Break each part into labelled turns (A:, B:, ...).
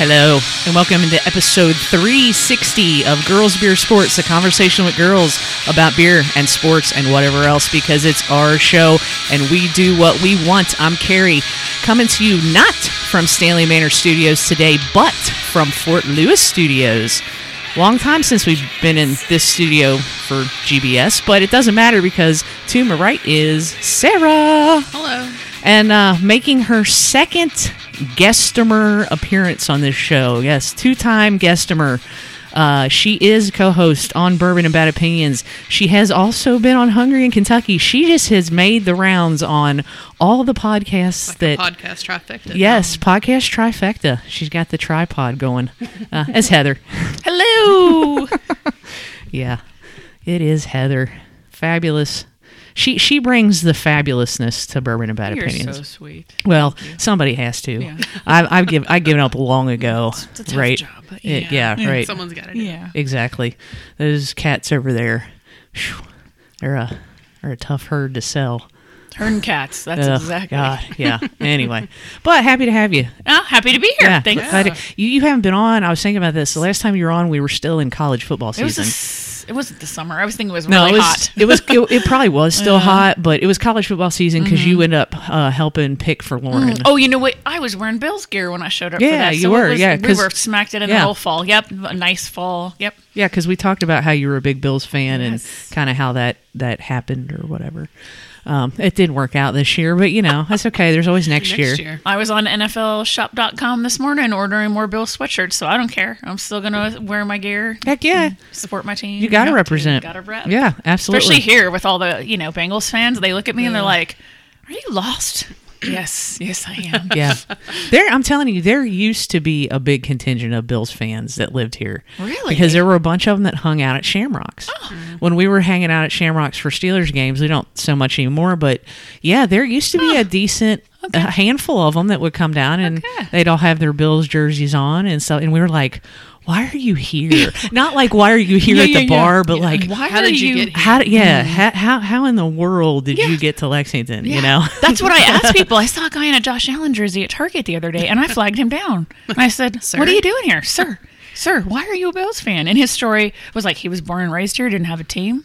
A: Hello, and welcome to episode 360 of Girls Beer Sports, a conversation with girls about beer and sports and whatever else because it's our show and we do what we want. I'm Carrie, coming to you not from Stanley Manor Studios today, but from Fort Lewis Studios. Long time since we've been in this studio for GBS, but it doesn't matter because to my right is Sarah
B: Hello.
A: and uh, making her second guestimer appearance on this show. Yes, two-time guestimer. Uh, she is co-host on Bourbon and Bad Opinions. She has also been on Hungry in Kentucky. She just has made the rounds on all the podcasts that
B: Podcast traffic.
A: Yes, podcast trifecta. She's got the tripod going. Uh, it's Heather. Hello. yeah, it is Heather. Fabulous. She she brings the fabulousness to bourbon and bad
B: You're
A: opinions.
B: so sweet.
A: well, somebody has to.
B: Yeah.
A: I've I've given I've given up long ago.
B: It's a tough
A: right?
B: job. but
A: Yeah, yeah, right.
B: Someone's got to do
C: Yeah.
A: Exactly. Those cats over there, whew, they're a they're a tough herd to sell.
C: Turn cats. That's
A: Ugh,
C: exactly.
A: God, yeah. anyway, but happy to have you.
C: Oh, happy to be here.
A: Yeah,
C: Thanks.
A: glad to- you, you haven't been on. I was thinking about this. The last time you were on, we were still in college football
C: It was
A: season.
C: this, it wasn't the summer. I was thinking it was
A: no,
C: really
A: it was
C: hot.
A: it was it, it probably was still hot, but it was college football season because you end up uh, helping pick for Lauren.
C: Oh, you know what? I was wearing Bill's gear when I showed up.
A: Yeah,
C: for that.
A: you
C: so it
A: were,
C: was-
A: yeah,
C: we
A: 'cause-
C: were smacked it in
A: yeah.
C: the whole fall. Yep, a nice fall. Yep.
A: Yeah, because we talked about how you were a big Bills fan
C: Yes.
A: and kind of how that that happened or whatever. Um, it didn't work out this year, but you know that's okay. There's always next,
B: next year.
C: I was on NFLShop.com this morning ordering more Bill's sweatshirts, so I don't care. I'm still gonna wear my gear,
A: Heck yeah,
C: support my team.
A: you got to
C: Yep.
A: represent.
C: Gotta rep.
A: Yeah, absolutely.
C: Especially here with all the you know Bengals fans, they look at me and they're like, "Are you lost?" yes, yes, I am.
A: yeah. There I'm telling you, there used to be a big contingent of Bills fans that lived here.
C: Really? Oh. Mm-hmm.
A: Because there were a bunch of them that hung out at Shamrocks. When we were hanging out at Shamrocks for Steelers games, we don't so much anymore, but yeah, there used to be a decent a handful of them that would come down and
C: Okay.
A: they'd all have their Bills jerseys on and so and we were like, "Why are you here?" Not like why are you here
C: Yeah,
A: at
C: yeah,
A: the
C: yeah.
A: bar, but like
C: Why
B: How
C: are
B: did you get here?
A: how yeah, how, how how in the world did you
C: Yeah.
A: get to Lexington, you know?
C: That's what I asked people. I saw a guy in a Josh Allen jersey at Target the other day, and I flagged him down. And I said, "What are you doing here, sir? Sir, why are you a Bills fan?" And his story was like he was born and raised here, didn't have a team.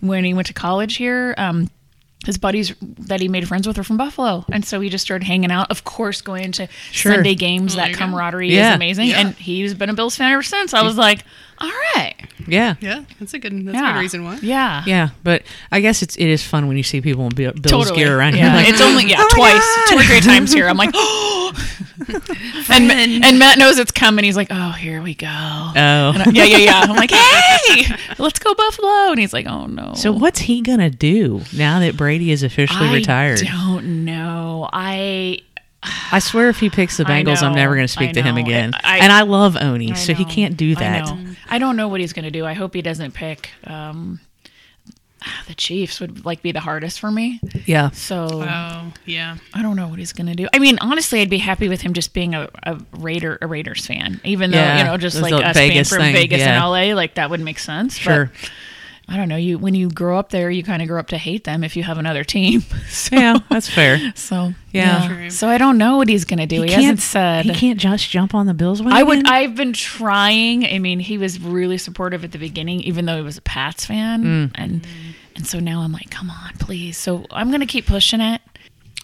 C: When he went to college here, um, his buddies that he made friends with were from Buffalo, and so he just started hanging out. Of course, going to
A: Sure.
C: Sunday games.
B: Mm, there
C: that
B: you go.
C: camaraderie
A: Yeah.
C: is amazing,
B: Yeah.
C: and he's been a Bills fan ever since. I was like, "All right,
A: yeah.
B: Yeah, that's a good. That's a
C: yeah,
B: good reason why.
C: yeah,
A: Yeah, but I guess it's it is fun when you see people in Bill- Bill's
C: Totally.
A: gear around
C: yeah.
A: here. Like,
C: it's only yeah
A: "Oh my
C: twice,
A: God."
C: two or three times here. I'm like, oh. and Ma- and Matt knows it's coming. He's like, oh, here we go. And I-
A: Oh,
C: yeah, yeah, yeah. I'm like, hey, let's go Buffalo. And he's like, oh no.
A: so what's he gonna do now that Brady is officially
C: I
A: retired?
C: don't know. I
A: I swear, if he picks the
C: I
A: Bengals, I'm
C: know,
A: never gonna
C: I
A: speak to him
C: know.
A: again.
C: I- I-
A: and I love Oni,
C: I
A: so he
C: know.
A: can't do
C: I
A: that.
C: know. I, don't know what he's going to do. I hope he doesn't pick. Um, ah, the Chiefs would like be the hardest for me.
A: Yeah,
C: So
B: Oh, yeah.
C: I don't know what he's gonna do. I mean, honestly, I'd be happy with him just being a, a Raider, a Raiders fan, even though
A: Yeah,
C: you know, just
A: this
C: like
A: little
C: us
A: Vegas
C: being from
A: thing,
C: Vegas
A: yeah.
C: and LA, like that would make sense.
A: sure.
C: But I don't know. You when you grow up there, you kind of grow up to hate them if you have another team. So,
A: yeah, that's fair. He
C: So
A: Yeah.
B: True.
C: So I don't know what he's gonna do. He, hasn't said.
A: He can't just jump on the Bills.
C: I would.
A: wagon?
C: I've been trying. I mean, he was really supportive at the beginning, even though he was a Pats fan, and and so now I'm like, come on, please. So I'm gonna keep pushing it.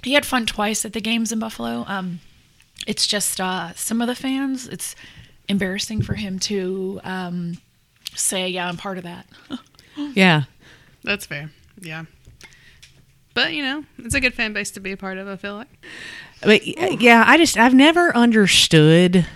C: He had fun twice at the games in Buffalo. Um, it's just uh, some of the fans. It's embarrassing for him to um, say, yeah, I'm part of that.
A: yeah,
B: That's fair. Yeah. But you know, it's a good fan base to be a part of. I feel like.
A: But
C: Oh.
A: y- yeah, I just I've never understood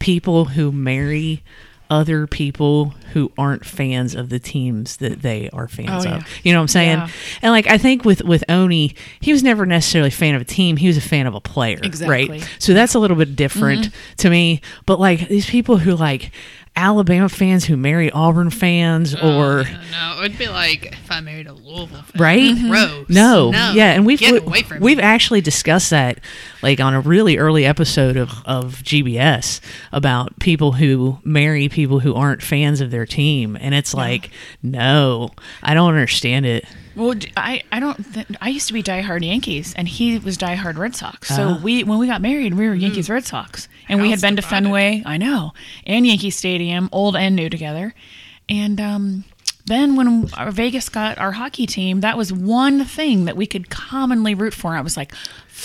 A: people who marry other people who aren't fans of the teams that they are fans
C: Oh,
A: of.
C: yeah.
A: You know what I'm saying?
C: Yeah.
A: And like I think with with Oni, he was never necessarily a fan of a team. He was a fan of a player,
C: Exactly. Mm-hmm.
A: right? So that's a little bit different to me. But like these people who like Alabama fans who marry Auburn fans
C: Oh,
A: or
B: I don't know. It would be like if I married a Louisville fan.
A: Right? Mm-hmm.
B: Gross.
A: No. Yeah, and we've
B: Get
A: we,
B: away from
A: we've
B: me.
A: actually discussed that like on a really early episode of of GBS about people who marry people who aren't fans of their team and it's like no, I don't understand it.
C: Well, d- I, I don't. Th- I used to be diehard Yankees, and he was diehard Red Sox. So we, when we got married, we were Yankees Red Sox, and we had
B: House
C: been to
B: divided.
C: Fenway, I know, and Yankee Stadium, old and new together. And um, then when our Vegas got our hockey team, that was one thing that we could commonly root for. I was like,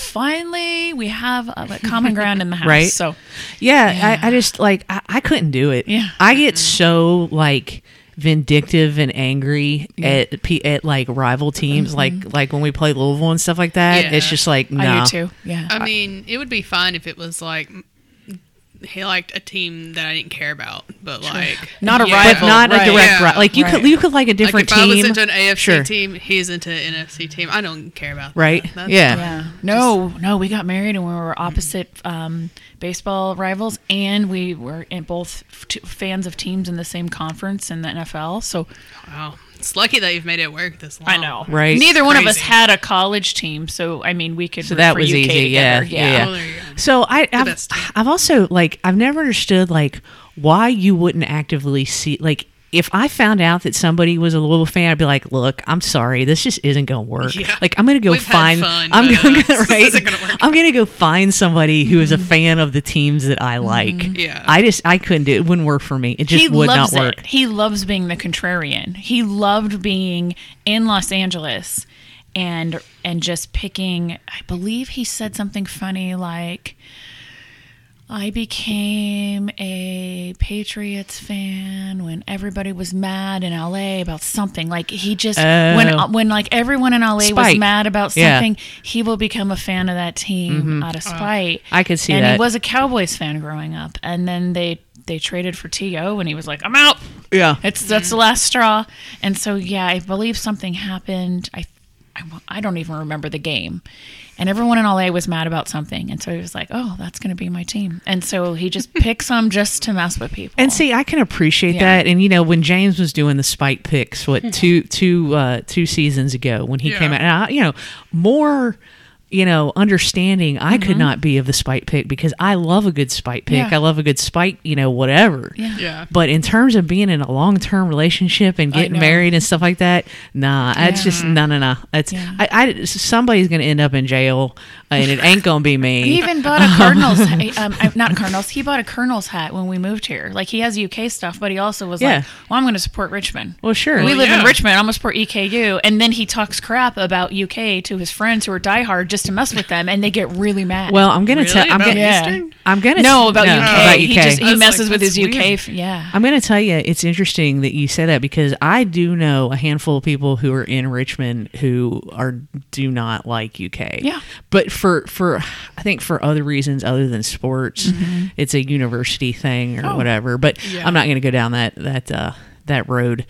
C: finally, we have a common ground in the house.
A: Right.
C: So
A: Yeah,
C: Yeah.
A: I, I just like I, I couldn't do it.
C: Yeah.
A: I get so like vindictive and angry at pe at like rival teams, like like when we play Louisville and stuff like that. It's
B: Yeah.
A: just like no.
C: I do too. Yeah.
B: I mean, it would be fine if it was like he liked a team that I didn't care about, but like
C: Not a
B: yeah.
A: But
C: rival,
A: not
C: right.
A: a direct
B: Yeah,
A: ri- like you could
C: right.
A: you could like a different
B: like if I was
A: team.
B: into an AFC
A: Sure.
B: team, he's into an NFC team. I don't care about that.
A: Right?
B: That's-
A: Yeah.
C: Yeah. No, no, we got married and we were opposite um, baseball rivals, and we were in both f- t- fans of teams in the same conference in the NFL. So
B: Wow. It's lucky that you've made it work this long.
C: I know,
A: Right.
C: Neither one of us
B: Crazy.
C: had a college team, so I mean, we could.
A: So that
C: for
A: was
C: UK
A: easy. Yeah,
C: together.
A: yeah.
B: Oh, there you go.
A: So I, I've,
B: best team.
A: I've also like I've never understood like why you wouldn't actively see like if I found out that somebody was a Louisville fan, I'd be like, "Look, I'm sorry, this just isn't going to work.
B: Yeah.
A: Like, I'm going to go
B: We've had
A: find.
B: fun,
A: I'm
B: but,
A: going
B: uh,
A: to
B: this
A: right.
B: isn't gonna work." Mm-hmm.
A: I'm going to go find somebody who is a fan of the teams that I like.
B: Yeah.
A: I just I couldn't do it. it. Wouldn't work for me. It just
C: he
A: would
C: loves
A: not work.
C: it. He loves being the contrarian. He loved being in Los Angeles and and just picking I believe he said something funny like I became a Patriots fan when everybody was mad in LA about something. Like he just
A: Oh.
C: when when like everyone in LA was
A: Spite.
C: mad about
A: Yeah.
C: something, he will become a fan of that team out of spite.
A: Mm-hmm. I could see
C: and
A: that.
C: he was a Cowboys fan growing up, and then they they traded for To, and he was like, "I'm out.
A: Yeah.
C: It's that's the last straw." And so, yeah, I believe something happened. I, I wa- I don't even remember the game, and everyone in LA was mad about something, and so he was like, "Oh, that's going to be my team," and so he just picks them just to mess with people.
A: And see, I can appreciate
C: Yeah. Mm-hmm.
A: that. And you know, when James was doing the spike picks, what two two uh, two seasons ago when he came
B: Yeah.
A: out, and I, you know, more you know understanding I could not be of the spike pick because I love a good spike pick.
C: Mm-hmm. Yeah.
A: I love a good spike, you know, whatever.
C: yeah.
B: Yeah.
A: But in terms of being in a long term relationship and getting
C: know.
A: married and stuff like that, nah, it's just no, no, no. It's
C: Yeah.
A: I, I somebody's gonna end up in jail, and it ain't gonna be me.
C: He even bought a Cardinals, hat- um, uh, not Cardinals. He bought a Cardinals hat when we moved here. Like he has UK stuff, but he also was
A: Yeah.
C: like, "Well, I'm going to support Richmond."
A: well, sure.
C: we live
B: yeah.
C: in Richmond. I'm gonna support EKU, and then he talks crap about UK to his friends who are diehard just to mess with them, and they get really mad.
A: well, I'm gonna
B: Really?
A: tell. I'm
B: About
A: gonna.
C: Yeah.
B: Eastern?
A: I'm gonna
C: no, about,
A: no,
C: UK.
A: about
C: He
A: UK.
C: just
B: I
C: he
B: was like,
C: messes with his
B: that's
C: UK.
B: weird.
C: f- Yeah,
A: I'm going to tell you, it's interesting that you say that because I do know a handful of people who are in Richmond who are do not like UK.
C: Yeah.
A: but for for I think for other reasons other than sports,
C: Mm-hmm.
A: it's a university thing
C: Oh.
A: or whatever. But
B: Yeah.
A: I'm not going to go down that that uh, that road.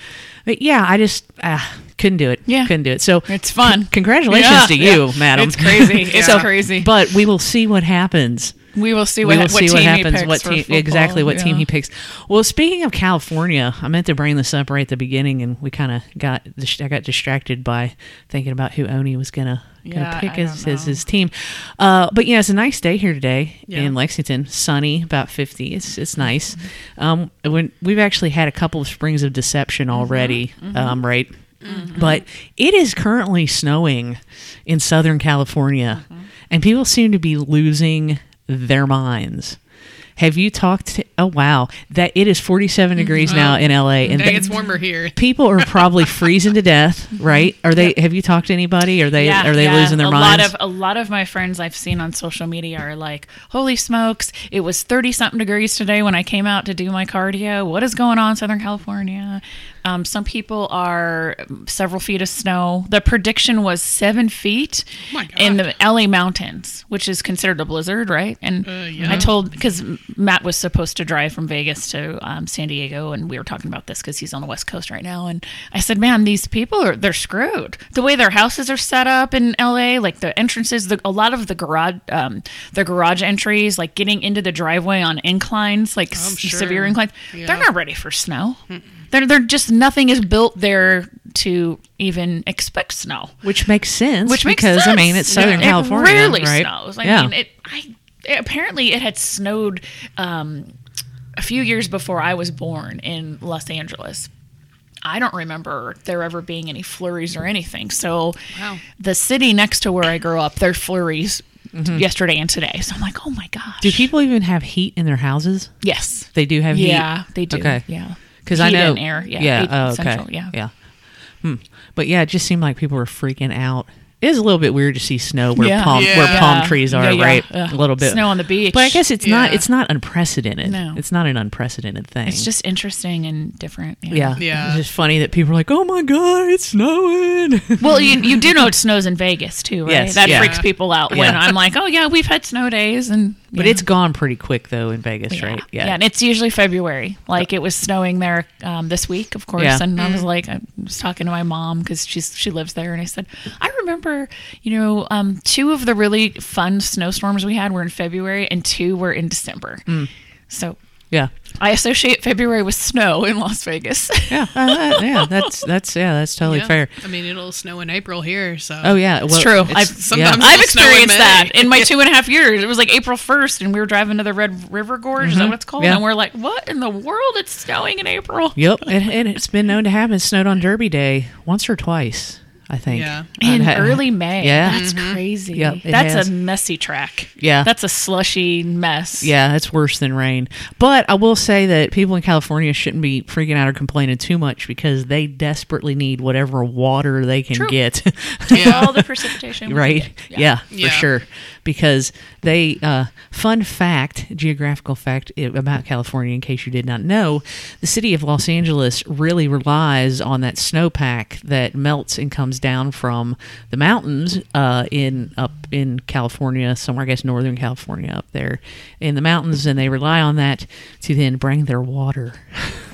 A: But yeah, I just uh, couldn't do it.
C: Yeah.
A: couldn't do it. So
C: It's fun.
A: con- congratulations
C: Yeah,
A: to you,
C: yeah.
A: madam.
C: It's crazy. It's
A: So-
C: crazy.
A: But we will see what happens
C: we will see
A: we
C: what,
A: will
C: what
A: see
C: team
A: what
C: he
A: happens.
C: picks
A: What
C: for
A: team
C: football.
A: exactly? What team
C: Yeah.
A: he picks? Well, speaking of California, I meant to bring this up right at the beginning, and we kind of got dis- I got distracted by thinking about who Oni was gonna. Gonna
C: Yeah,
A: pick
C: I
A: as,
C: don't
A: as
C: know.
A: his team, uh, but yeah, it's a nice day here today
B: Yeah.
A: in Lexington. Sunny, about fifty. It's it's nice. Um, when we've actually had a couple of springs of
C: Mm-hmm.
A: deception already, um, right? But it is currently snowing in Southern California,
C: Mm-hmm.
A: and people seem to be losing their minds. Have you talked? To, oh wow, that it is 47
C: Mm-hmm.
A: degrees
C: Oh.
A: now in LA, and
B: Dang,
A: that-
B: it's warmer here.
A: people are probably freezing to death, right? Are they? Have you talked to anybody? Are they?
C: Yeah,
A: are they
C: yeah.
A: losing their
C: a
A: minds?
C: lot of a lot of my friends I've seen on social media are like, "Holy smokes! It was thirty something degrees today when I came out to do my cardio. What is going on, in Southern California?" Um, some people are several feet of snow. The prediction was seven feet
B: my God.
C: in the LA mountains, which is considered a blizzard, right? And
B: Uh, yeah.
C: I told because Matt was supposed to drive from Vegas to um, San Diego, and we were talking about this because he's on the West Coast right now. And I said, "Man, these people are—they're screwed. The way their houses are set up in LA, like the entrances, the, a lot of the garage, um, the garage entries, like getting into the driveway on inclines, like s-
B: sure.
C: severe inclines,
B: Yeah.
C: they're not ready for snow. They're—they're they're just nothing is built there to even expect snow."
A: which makes sense.
C: which makes
A: because I
C: sense.
A: mean it's Southern
C: Yeah.
A: California,
C: It rarely
A: right?
C: snows. I
A: yeah.
C: mean, it. I it- apparently it had snowed um, a few years before I was born in Los Angeles. I don't remember there ever being any flurries or anything. So
B: Wow.
C: the city next to where I grew up, there's flurries yesterday and today. So I'm like, oh my gosh.
A: Mm-hmm. Do people even have heat in their houses?
C: yes.
A: They do have heat.
C: Yeah, they do.
A: Okay.
C: Yeah.
A: Because I
C: Heat
A: know
C: and air. Yeah.
A: Yeah.
C: heat
A: Oh, okay.
C: central, yeah.
A: Yeah. Hmm. But yeah, it just seemed like people were freaking out. It is a little bit weird to see snow where
C: Yeah.
A: palm where
B: Yeah.
A: palm trees are,
C: Yeah, yeah.
A: right?
C: Ugh.
A: A little bit.
C: Snow on the beach.
A: But I guess it's not
B: Yeah.
A: it's not unprecedented.
C: No.
A: It's not an unprecedented thing.
C: it's just interesting and different.
A: yeah.
B: Yeah.
A: It's just funny that people are like, "Oh my god, it's snowing."
C: Well, you, you do know it snows in Vegas too, right?
A: Yes,
C: that
A: yeah.
C: freaks people out when
A: Yeah.
C: I'm like, oh yeah, we've had snow days, and
A: But
C: yeah.
A: it's gone pretty quick though in Vegas, right?
C: yeah, and it's usually February. Like it was snowing there um, this week, of course,
A: Yeah.
C: and I was like, I was talking to my mom because she's she lives there, and I said, I remember, you know, um, two of the really fun snowstorms we had were in February, and two were in December.
A: Mm.
C: So
A: Yeah.
C: I associate February with snow in Las Vegas.
A: Yeah. Uh, uh, yeah, that's that's yeah, that's totally
B: Yeah.
A: fair.
B: I mean, it'll snow in April here, so
A: Oh yeah, well,
C: It's true. I've,
B: sometimes-
A: yeah.
C: I've
B: It's snowing
C: experienced
B: May.
C: that in my two and a half years. It was like April 1st, and we were driving to the Red River Gorge. Is that what it's called?
A: Mm-hmm. Yeah.
C: And we're like, what in the world? It's snowing in April.
A: Yep, and, and it's been known to happen. It snowed on Derby Day once or twice, I think.
B: Yeah.
C: In
A: I'd ha-
C: early May.
A: Yeah. Mm-hmm.
C: That's crazy.
A: Yep, it
C: That's
A: has.
C: a messy track.
A: Yeah.
C: That's a slushy mess.
A: Yeah, it's worse than rain. But I will say that people in California shouldn't be freaking out or complaining too much because they desperately need whatever water they can
C: True.
A: get.
C: All the precipitation. we can
A: right?
C: get.
A: Yeah,
B: Yeah.
A: for sure. Because they, uh, fun fact, geographical fact i- about California, in case you did not know, the city of Los Angeles really relies on that snowpack that melts and comes down from the mountains uh, in up in California, somewhere I guess northern California up there in the mountains, and they rely on that to then bring their water.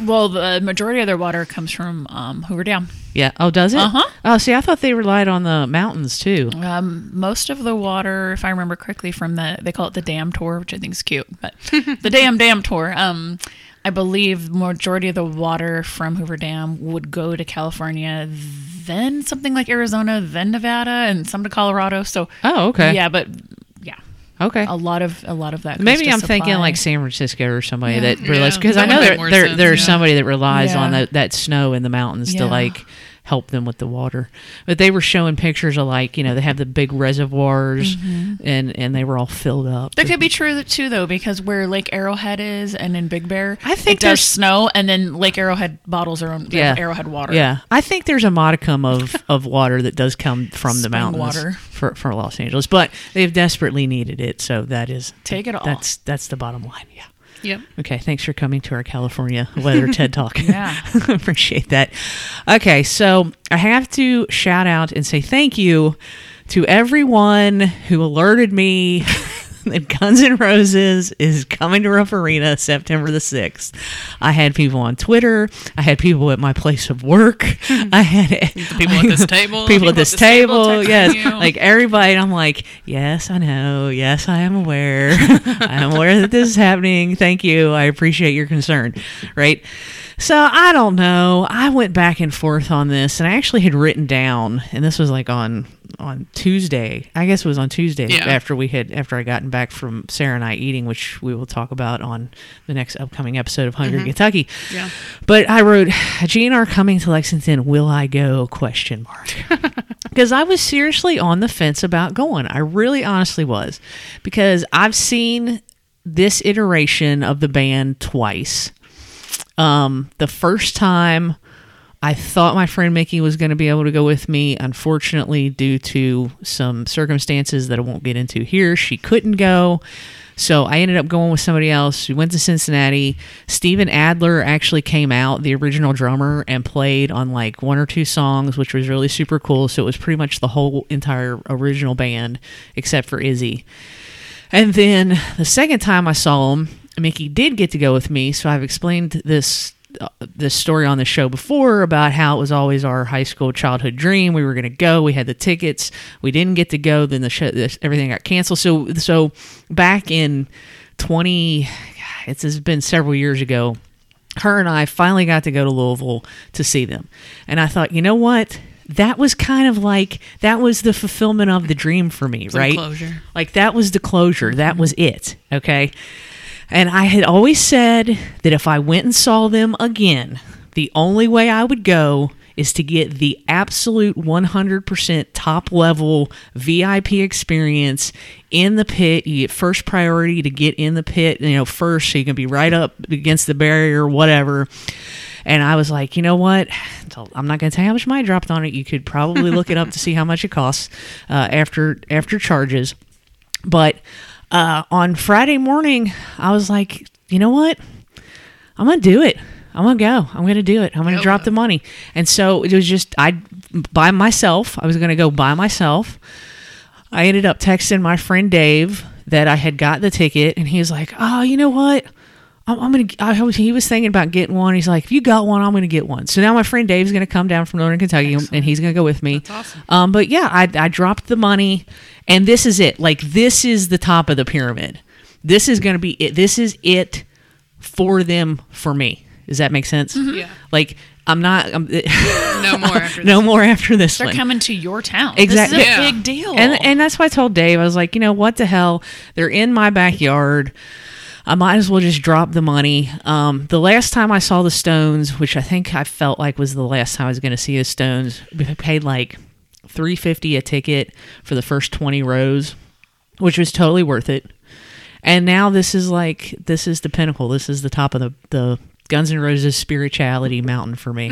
C: Well, the majority of their water comes from um, Hoover Dam.
A: Yeah. Oh, does it?
C: Uh-huh.
A: Oh, see, I thought they relied on the mountains too.
C: Um, most of the water, if I remember correctly, from the they call it the dam tour, which I think is cute, but the dam dam tour. Um, I believe the majority of the water from Hoover Dam would go to California, then something like Arizona, then Nevada, and some to Colorado. So
A: Oh, okay.
C: yeah, but yeah,
A: Okay.
C: Oh, a lot of a lot of that. goes
A: Maybe
C: to
A: I'm thinking
C: supply.
A: like San Francisco or somebody that
B: Yeah.
A: relies because I
B: That would
A: know
B: make
A: there,
B: more
A: there
B: sense,
A: there's
B: yeah.
A: somebody that relies on
C: Yeah.
A: that, that snow in the mountains
C: Yeah.
A: to like help them with the water. But they were showing pictures of like you know they have the big reservoirs
C: Mm-hmm.
A: and and they were all filled up.
C: That could be true th- too, though, because where Lake Arrowhead is, and in Big Bear,
A: I think
C: it does
A: there's-
C: snow, and then Lake Arrowhead bottles their own
A: yeah,
C: their Arrowhead water.
A: Yeah, I think there's a modicum of, of water that does come from the
C: Spring
A: mountains
C: water.
A: for for Los Angeles, but they've desperately needed it, so that is
C: Take it all.
A: That's that's the bottom line. Yeah.
B: Yep.
A: Okay, thanks for coming to our California weather TED talk.
C: Yeah.
A: Appreciate that. Okay, so I have to shout out and say thank you to everyone who alerted me that Guns N' Roses is coming to Rough Arena September the 6th. I had people on Twitter, I had people at my place of work, I had
B: Hmm. people at this table,
A: people at this table,
B: texting
A: yes,
B: you.
A: like everybody. And I'm like, yes, I know, yes, I am aware, I am aware that this is happening. Thank you, I appreciate your concern, right? So I don't know. I went back and forth on this, and I actually had written down, and this was like on on Tuesday. I guess it was on Tuesday
B: Yeah.
A: after we had after I gotten back from Sarah and I eating, which we will talk about on the next upcoming episode of Hungry Kentucky.
B: Mm-hmm. Yeah.
A: But I wrote GNR coming to Lexington. Will I go? Question mark. Because I was seriously on the fence about going. I really, honestly was, because I've seen this iteration of the band twice. Um, the first time I thought my friend Mickey was going to be able to go with me. Unfortunately, due to some circumstances that I won't get into here, she couldn't go. So I ended up going with somebody else. We went to Cincinnati. Steven Adler actually came out, the original drummer, and played on like one or two songs, which was really super cool. So it was pretty much the whole entire original band, except for Izzy. And then the second time I saw him, Mickey did get to go with me. So I've explained this uh, this story on the show before about how it was always our high school childhood dream. We were going to go. We had the tickets. We didn't get to go. Then the show this, everything got canceled. So so back in twenty, it's, it's been several years ago. Her and I finally got to go to Louisville to see them, and I thought, you know what? That was kind of like that was the fulfillment of the dream for me, right?
B: closure.
A: Like that was the closure. That was it. Okay. And I had always said that if I went and saw them again, the only way I would go is to get the absolute 100% top level VIP experience in the pit. You get first priority to get in the pit, you know, first, so you can be right up against the barrier, whatever. And I was like, you know what? I'm not going to tell you how much money I dropped on it. You could probably look it up to see how much it costs uh, after after charges. But uh, on Friday morning, I was like, you know what? I'm gonna do it. I'm gonna go. I'm gonna do it. I'm gonna
B: Hell
A: drop
B: yeah.
A: the money. And so it was just I by myself. I was gonna go by myself. I ended up texting my friend Dave that I had got the ticket, and he was like, "Oh, you know what? I'm, I'm gonna." I was, he was thinking about getting one. He's like, "If you got one, I'm gonna get one." So now my friend Dave's gonna come down from Northern Kentucky, and he's gonna go with me.
B: awesome.
A: Um, but yeah, I, I dropped the money, and this is it. Like this is the top of the pyramid. This is gonna be it. This is it for them for me. Does that make sense?
B: Yeah.
A: Like I'm not. I'm,
B: No more after
A: no more after this.
C: They're
A: one.
C: coming to your town.
A: Exactly.
C: This is a
B: Yeah.
C: big deal.
A: And and that's why I told Dave, I was like, you know, what the hell? They're in my backyard. I might as well just drop the money. Um, the last time I saw the Stones, which I think I felt like was the last time I was going to see the Stones, we paid like three fifty a ticket for the first twenty rows, which was totally worth it. And now this is like this is the pinnacle. This is the top of the the Guns N' Roses spirituality mountain for me.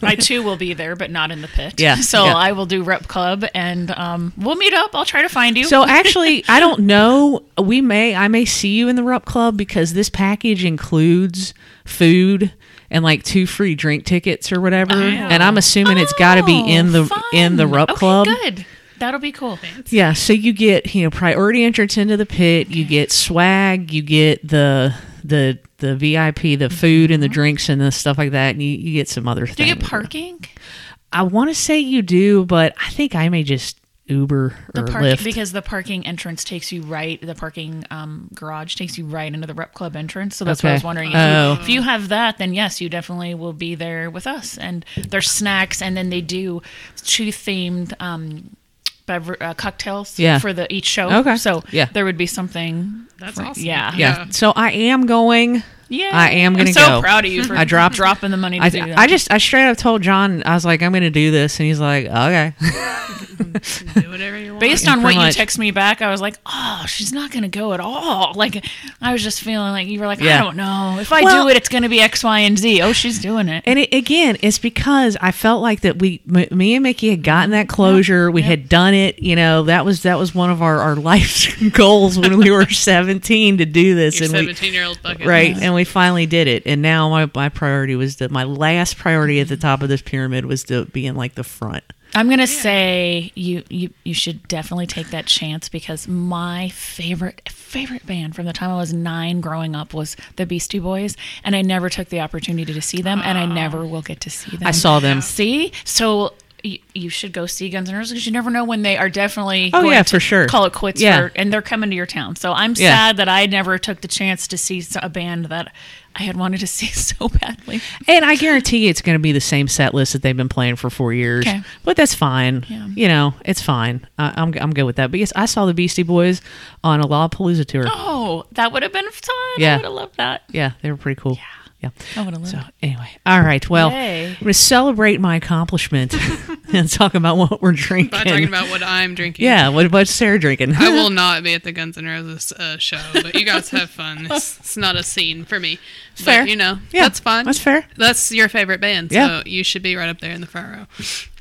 C: I too will be there, but not in the pit.
A: Yeah,
C: So
A: yeah.
C: I will do rep club, and um, we'll meet up. I'll try to find you.
A: So actually, I don't know. We may I may see you in the Rup Club because this package includes food and like two free drink tickets or whatever. And I'm assuming it's got to be in the
C: Oh,
A: in the
C: fun.
A: Rup
C: Okay,
A: Club.
C: Good. That'll be cool.
A: Yeah, so you get you know priority entrance into the pit. You get swag. You get the the the VIP, the food and the drinks and the stuff like that. And you, you get some other
C: Mm-hmm. Do
A: things.
C: you get parking?
A: I want to say you do, but I think I may just Uber or
C: park-
A: Lyft.
C: because the parking entrance takes you right the parking um, garage takes you right into the rep club entrance so that's what i was
A: Okay.
C: wondering if,
A: Oh.
C: you, if you have that then yes you definitely will be there with us and there's snacks and then they do two themed um, bever- uh, cocktails
A: Yeah.
C: for the each show
A: Okay.
C: so
A: Yeah.
C: there would be something
B: That's
C: for-
B: awesome.
C: yeah
A: yeah.
B: Yeah.
A: So I am going.
C: yeah
A: I am gonna
C: I'm so
A: go.
C: proud of you for
A: I dropped-
C: dropping the money to
A: I,
C: do that
A: I just I straight up told John I was like I'm gonna do this and he's like okay
B: Do whatever you want.
C: Based on what
A: pretty
C: you
A: much-
C: text me back, I was like, "Oh, she's not gonna go at all." Like, I was just feeling like you were like,
A: Yeah.
C: "I don't know if I
A: Well-
C: do it, it's gonna be X, Y, and Z." Oh, she's doing it.
A: and it, again it's because I felt like that we m- me and Mickey had gotten that closure we had done it you know that was that was one of our our life's goals when we were 17 to do this
B: your
A: and we,
B: 17 year old bucket.
A: right
B: list.
A: and we finally did it and now my my priority was that my last priority at the top of this pyramid was to be in like the front
C: I'm gonna say you you you should definitely take that chance because my favorite favorite band from the time I was nine growing up was the Beastie Boys, and I never took the opportunity to see them, and I never will get to see them.
A: I saw them
C: See, so. You, you should go see Guns N' Roses because you never know when they are definitely.
A: Oh,
C: going
A: yeah,
C: to
A: for sure.
C: Call it quits.
A: Yeah.
C: for- and they're coming to your town. So I'm
A: Yeah.
C: sad that I never took the chance to see so- a band that I had wanted to see so badly.
A: And I guarantee you it's going to be the same set list that they've been playing for four years.
C: Okay.
A: But that's fine.
C: Yeah.
A: You know, it's fine. I, I'm, I'm good with that. But yes, I saw the Beastie Boys on a Lollapalooza tour.
C: Oh, that would have been fun.
A: Yeah.
C: I would have loved that.
A: Yeah, they were pretty cool. Yeah.
C: I would have loved.
A: So anyway, all right. Well,
C: Yay.
A: I'm going to celebrate my accomplishment and talk about what we're drinking.
B: Not talking about what I'm drinking.
A: yeah, what about Sarah drinking?
B: I will not be at the Guns N' Roses uh, show, but you guys have fun. It's, it's not a scene for me. But,
A: Fair.
B: You know,
A: Yeah,
B: that's fine.
A: that's fair.
B: That's your favorite band, so
A: Yeah.
B: you should be right up there in the front row.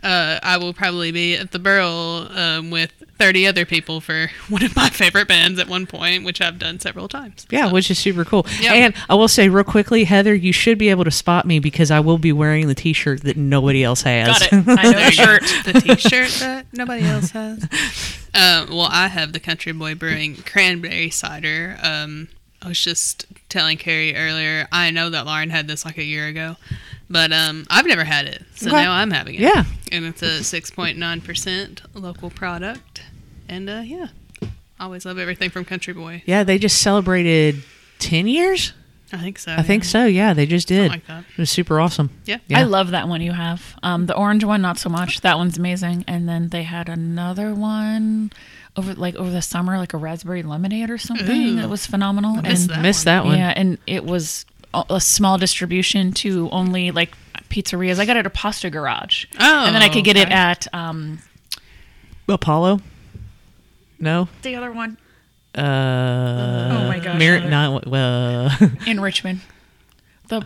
B: Uh, I will probably be at the Burl um, with 30 other people for one of my favorite bands at one point, which I've done several times.
A: Yeah, which is super cool.
B: Yeah.
A: And I will say real quickly, Heather, you should be able to spot me because I will be wearing the T-shirt that nobody else has.
C: Got it. I know
B: There you go.
C: the shirt.
B: the T-shirt that nobody else has. Um, well, I have the Country Boy Brewing cranberry cider. Um, I was just telling Carrie earlier. I know that Lauren had this like a year ago, but um, I've never had it, so
A: Okay.
B: now I'm having it.
A: Yeah.
B: and it's a 6.9 percent local product, and uh, yeah, always love everything from Country Boy.
A: Yeah, they just celebrated ten years.
B: I think so.
A: I think so. Yeah, they just did.
B: like that.
A: It was super awesome.
B: Yeah.
A: Yeah.
C: I love that one you have. Um, the orange one, not so much. That one's amazing. And then they had another one over like over the summer, like a raspberry lemonade or something. That was phenomenal.
B: missed
C: and
B: that
A: Missed that one.
C: yeah, and it was o- a small distribution to only like pizzerias. I got it at a pasta garage.
B: Oh,
C: and then I could get it
B: okay.
C: at um,
A: Apollo? No?
C: the other one
A: Uh, oh
C: my gosh,
A: Mar-
C: another-
A: not, well,
C: in Richmond. The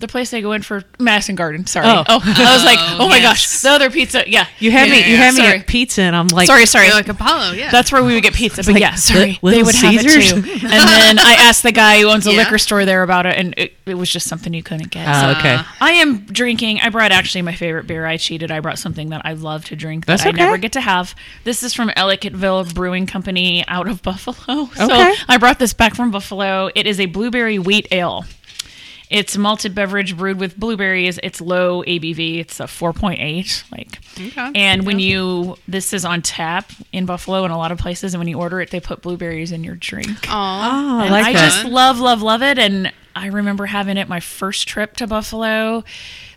C: the place they go in for Madison Garden. Sorry.
A: Oh.
C: Oh, I was like,
B: Oh,
C: oh my
B: yes.
C: gosh, the other pizza. Yeah.
A: you had me.
B: Yeah,
A: You had me
C: sorry.
A: at pizza, and I'm like,
C: sorry, sorry.
B: You're like Apollo, yeah.
C: That's where we would get pizza. But
A: like,
C: yeah, sorry,
A: Li- Little
C: they would
A: Caesars?
C: have it too. And then I asked the guy who owns a
B: Yeah.
C: liquor store there about it, and it, it was just something you couldn't get.
A: Ah,
B: Uh,
C: So
A: okay.
C: I am drinking. I brought actually my favorite beer. I cheated. I brought something that I love to drink that
A: That's
C: I
A: okay.
C: never get to have. This is from Ellicottville Brewing Company out of Buffalo. So
A: Okay.
C: I brought this back from Buffalo. It is a blueberry wheat ale. It's a malted beverage brewed with blueberries. It's low ABV. It's a 4.8. Like,
B: Okay.
C: and when you this is on tap in Buffalo and a lot of places, and when you order it, they put blueberries in your drink.
B: Aw.
A: Oh, I
C: And
A: like
C: I
A: that.
C: just love, love, love it. And I remember having it my first trip to Buffalo,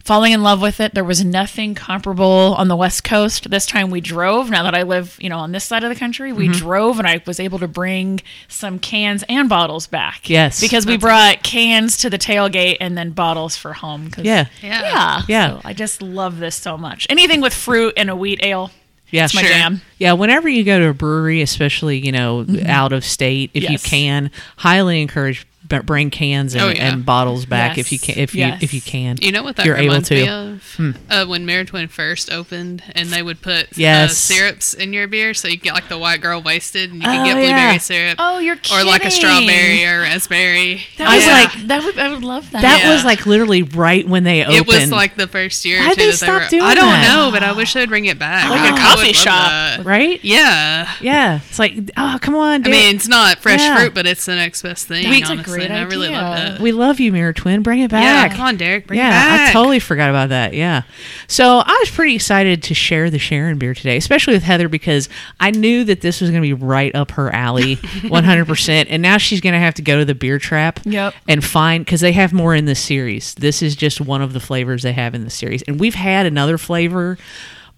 C: falling in love with it. There was nothing comparable on the West Coast. This time we drove. Now that I live, you know, on this side of the country,
A: Mm-hmm.
C: we drove and I was able to bring some cans and bottles back.
A: Yes.
C: Because we brought cans to the tailgate and then bottles for home. 'cause-
A: Yeah.
B: Yeah.
C: Yeah.
A: Yeah.
C: So I just love this so much. Anything with fruit and a wheat ale.
A: Yeah,
C: It's my jam.
A: Yeah, whenever you go to a brewery, especially you know out of state, if you
C: Yes.
A: can, highly encourage b- bring cans and,
B: Oh, yeah.
A: and bottles back if you
C: Yes.
A: can. If
C: Yes.
A: you if you can,
B: You know what that
A: You're able
B: reminds me
A: to. Hmm.
B: of? Uh, when Maritwin first opened, and they would put uh,
A: Yes.
B: syrups in your beer, so you get like the white girl wasted, and you
A: Oh,
B: could get
A: yeah.
B: blueberry syrup.
C: Oh, you're
B: Or like a
C: kidding.
B: strawberry or raspberry.
C: That was
A: Yeah.
C: like that would I would love that.
A: that
B: Yeah.
A: was like literally right when they opened.
B: It was like the first year. or
A: Why'd
B: two
A: they
B: that
A: stop
B: were,
A: doing
B: I don't
A: that?
B: know, but I wish they'd bring it back.
C: Like
B: I
C: a
B: would
C: coffee
B: love
C: shop.
B: that.
A: right.
B: Yeah.
A: Yeah, it's like oh come on,
B: I
A: dude.
B: mean, it's not fresh
A: Yeah.
B: fruit, but it's the next best thing.
C: That's a
B: honestly,
C: great
B: and I really
C: idea.
B: love that.
A: we love you, Mirror Twin. Bring it
B: Yeah,
A: back.
B: come on, Derek. Bring it
A: yeah,
B: back.
A: I totally forgot about that. Yeah. So I was pretty excited to share the Sharon beer today, especially with Heather, because I knew that this was going to be right up her alley 100%. And now she's going to have to go to the beer trap
C: Yep.
A: and find, because they have more in this series. This is just one of the flavors they have in the series. And we've had another flavor,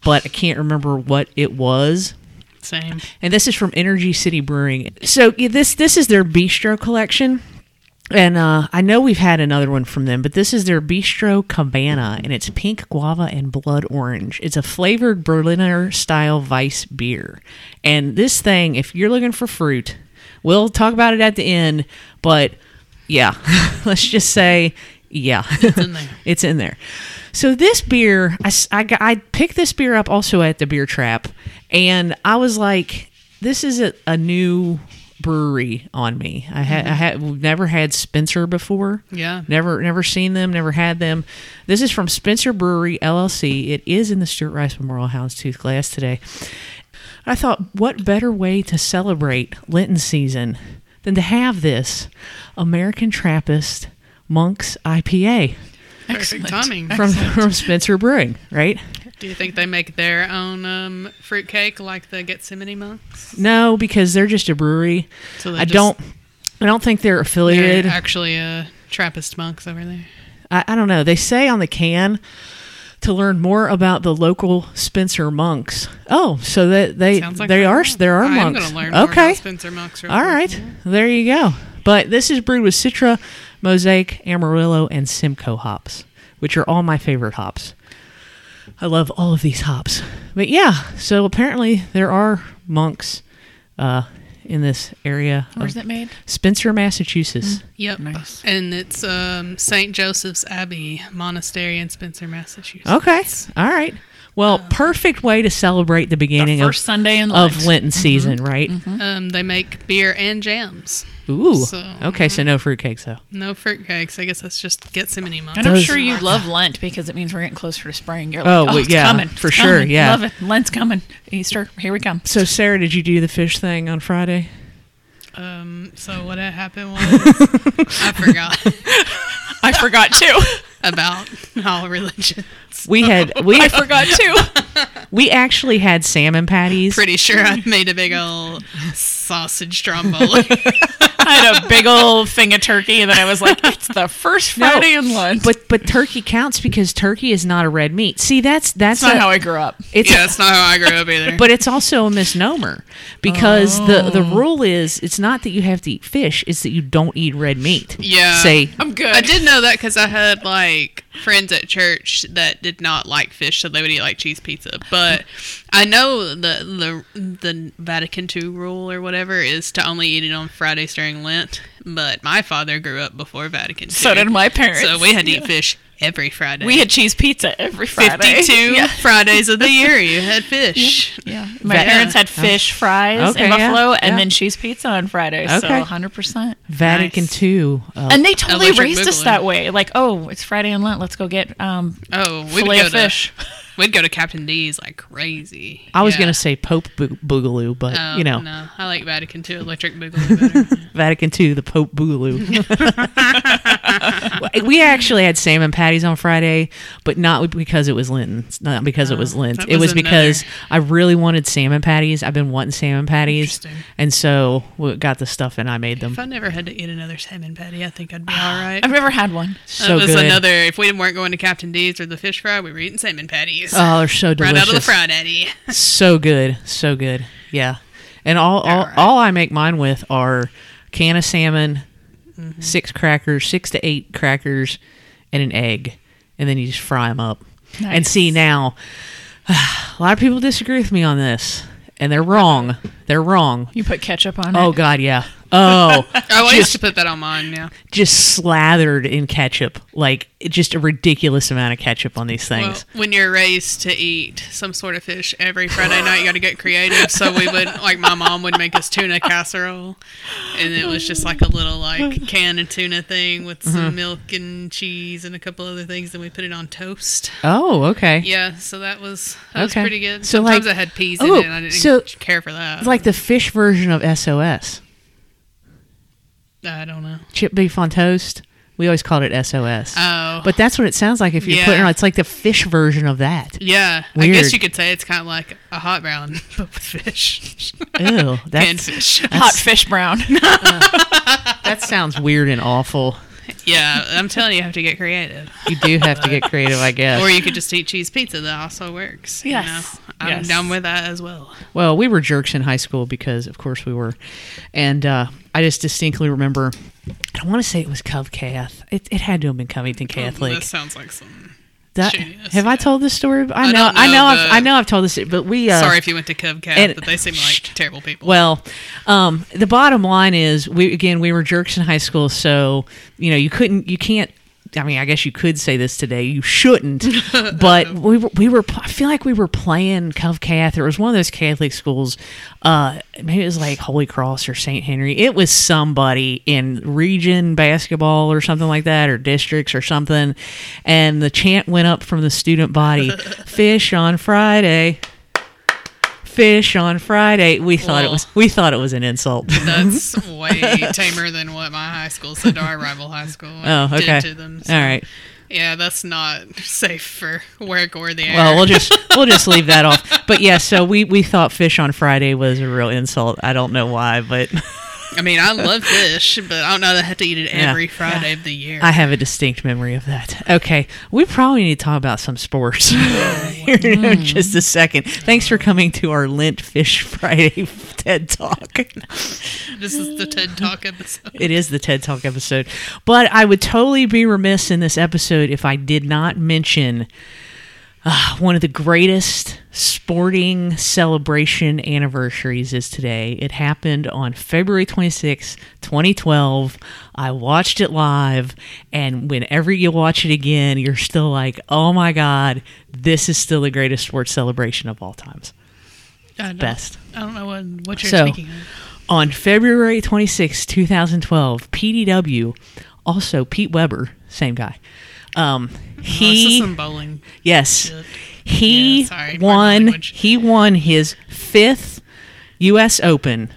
A: but I can't remember what it was
B: Same.
A: and this is from Energy City Brewing. So yeah, this this is their bistro collection. And uh, I know we've had another one from them, but this is their Bistro Cabana, and it's pink guava and blood orange. It's a flavored Berliner style Weiss beer. And this thing, if you're looking for fruit, we'll talk about it at the end, but yeah, let's just say, yeah.
B: It's in there.
A: It's in there. So this beer, I, s- I, got- I picked this beer up also at the beer trap, and I was like, this is a, a new brewery on me. I had I had we've never had Spencer before.
B: Yeah.
A: Never never seen them, never had them. This is from Spencer Brewery LLC. It is in the Stuart Rice Memorial Houndstooth glass today. I thought, what better way to celebrate Lenten season than to have this American Trappist Monks IPA
B: Perfect timing.
A: from, from Spencer Brewing, right?
B: Do you think they make their own um, fruitcake like the Gethsemane monks?
A: No, because they're just a brewery.
B: So they
A: I
B: just-
A: don't. I don't think they're affiliated.
B: They're actually uh, Trappist monks over there.
A: I, I don't know. They say on the can to learn more about the local Spencer monks. Oh, so that they
B: Sounds like
A: they
B: fun.
A: are there are
B: I am
A: monks.
B: gonna learn more
A: okay,
B: about Spencer monks. Real
A: all
B: quick.
A: right, there you go. But this is brewed with Citra, Mosaic, Amarillo, and Simcoe hops, which are all my favorite hops. I love all of these hops. But yeah, so apparently there are monks uh, in this area. of
C: Where's that made?
A: Spencer, Massachusetts.
B: Yep.
C: Nice.
B: And it's um, St. Joseph's Abbey Monastery in Spencer, Massachusetts.
A: Okay. All right. Well, perfect way to celebrate Um, the Mm-hmm. beginning
C: the
A: of,
C: first Sunday in Lent.
A: of Lenten season, right?
B: Um, they make beer and jams.
A: Ooh.
B: So-
A: okay, so no fruitcakes though.
B: No fruitcakes. I guess that's just Gethsemane monks.
C: And I'm
A: Those
C: sure you
A: are-
C: love Lent because it means we're getting closer to spring. You're like,
A: Oh,
C: oh,
A: well,
C: it's
A: yeah,
C: coming.
A: for
C: It's
A: sure,
C: coming.
A: yeah.
C: Love it. Lent's coming. Easter, here we come.
A: So Sarah, did you do the fish thing on Friday?
B: Um, so what had happened was I forgot
C: I forgot too.
B: about all religion.
A: We had we
C: I forgot too.
A: we actually had salmon patties.
B: Pretty sure I made a big old sausage stromboli.
C: I had a big old thing of turkey, and then I was like, it's the first Friday in lunch.
A: But but turkey counts because turkey is not a red meat. See, that's that's
C: that's not
A: a-
C: how I grew up.
A: it's
B: yeah, that's not how I grew up either.
A: but it's also a misnomer because the the
C: Oh.
A: rule is it's not that you have to eat fish; it's that you don't eat red meat.
B: Yeah.
A: Say
C: I'm good.
B: I did know that because I had like friends at church that did not like fish, so they would eat like cheese pizza. But I know the the the Vatican II rule or whatever is to only eat it on Fridays during Lent. But my father grew up before Vatican II,
C: So did my parents.
B: so we had to eat fish every Friday.
C: We had cheese pizza every Friday.
B: fifty-two
C: Yeah.
B: Fridays of the year. You had fish.
C: Yeah. My
A: That- oh.
C: parents had fish fries
A: Okay,
C: in
A: yeah,
C: Buffalo and
A: yeah.
C: then cheese pizza on Friday. So
A: Okay.
C: 100%.
A: Vatican
B: Nice.
A: II. uh,
C: And they totally
B: Electric
C: raised us
B: Boogaloo.
C: that way. Like, oh, it's Friday in Lent. Let's go get um,
B: Oh, we'd
C: filet
B: go
C: of fish.
B: to we'd go to Captain D's like crazy.
A: I was
B: Yeah.
A: gonna say Pope Bo- Boogaloo, but
B: Oh,
A: you know
B: no, I like Vatican II Electric Boogaloo better.
A: Vatican II, the Pope Boogaloo. we actually had salmon patties on Friday, but not because it was Lent. It's Not because it was Lent.
B: Oh, that
A: It was
B: was another-
A: because I really wanted salmon patties. I've been wanting salmon patties,
B: Interesting.
A: and so we got the stuff and I made them.
B: If I never had to eat another salmon patty, I think I'd be all right.
C: I've never had one.
A: Ah, So
B: that was
A: good.
B: another. If we weren't going to Captain D's or the fish fry, we were eating salmon patties
A: Oh, they're so
B: right
A: delicious.
B: out of the fry daddy.
A: so good, so good. Yeah, and all all,
B: Alright.
A: all I make mine with are can of salmon, six crackers, six to eight crackers, and an egg, and then you just fry them up. And
C: Nice.
A: see now, a lot of people disagree with me on this, and they're wrong. They're wrong.
C: You put ketchup on
A: Oh
C: it.
A: God, yeah. Oh,
B: Oh, I used
A: just
B: to put that on mine. Yeah,
A: just slathered in ketchup, like just a ridiculous amount of ketchup on these
B: well,
A: things.
B: when you're raised to eat some sort of fish every Friday night, you got to get creative. So we would, like, my mom would make us tuna casserole, and it was just like a little like can of tuna thing with some
A: Mm-hmm.
B: milk and cheese and a couple other things, and we put it on toast.
A: oh, okay.
B: Yeah, so that was that was
A: Okay.
B: pretty good.
A: So,
B: Sometimes
A: like-
B: I had peas
A: Oh,
B: in it, and I didn't
A: so-
B: care for that.
A: It's like the fish version of SOS.
B: I don't know.
A: chip beef on toast. We always called it SOS.
B: Oh.
A: But that's what it sounds like if you're
B: Yeah.
A: putting it on. It's like the fish version of that.
B: Yeah, I
A: Weird.
B: guess you could say it's kind of like a hot brown, but with fish
A: Ew.
B: and
A: That's,
B: fish.
C: Hot fish brown.
A: that sounds weird and awful.
B: Yeah, I'm telling you, you have to get creative.
A: You do have to get creative, I guess.
B: Or you could just eat cheese pizza. That also works. you know?
C: Yes,
B: I'm
C: yes.
B: down with that as well.
A: Well, we were jerks in high school because, of course, we were. And uh, I just distinctly remember, I want to say it was Covcath. It, it had to have been Covington Catholic.
B: That sounds like some.
A: That-
B: genius,
A: have I
B: Oh, yeah.
A: told this story? I know, I
B: I
A: know,
B: don't
A: I,
B: know,
A: know I've,
B: but-
A: I know I've told this, but we. Uh,
B: Sorry if you went to Cub
A: and-
B: Cat, but they seem like terrible people.
A: Well, um, the bottom line is, we again we were jerks in high school, so you know you couldn't, you can't. I mean, I guess you could say this today. You shouldn't, but we were, we were. I feel like we were playing Covcath. It was one of those Catholic schools. Uh, maybe it was like Holy Cross or St. Henry. It was somebody in region basketball or something like that, or districts or something. And the chant went up from the student body: "Fish on Friday." fish on Friday. We thought it
B: Well-
A: was we thought it was an insult.
B: that's way tamer than what my high school said to our rival high school.
A: Oh, okay.
B: Did to them.
A: All right.
B: Yeah, that's not safe for work or the air.
A: Well, we'll just we'll just leave that off. But yeah, so we we thought fish on Friday was a real insult. I don't know why, but
B: I mean, I love fish, but I don't know that I have to eat it
A: Yeah.
B: every Friday of the year.
A: I have a distinct memory of that. Okay, we probably need to talk about some sports here
B: Hmm.
A: in just a second. Thanks for coming to our Lent Fish Friday TED Talk.
B: This is the TED Talk episode.
A: It is the TED Talk episode. But I would totally be remiss in this episode if I did not mention uh, one of the greatest sporting celebration anniversaries is today. It happened on February 26, 2012. I watched it live, and whenever you watch it again, you're still like, oh my God, this is still the greatest sports celebration of all times.
B: I don't-
A: Best.
B: I don't know what, what you're
A: So-
B: speaking of. Oh,
A: On February 26, 2012, PDW, also Pete Weber, same guy. Um,
B: Oh, this is
A: he
B: some bowling.
A: yes,
B: shit.
A: he
B: Yeah, sorry, pardon my
A: won.
B: language.
A: He won his fifth U.S. Open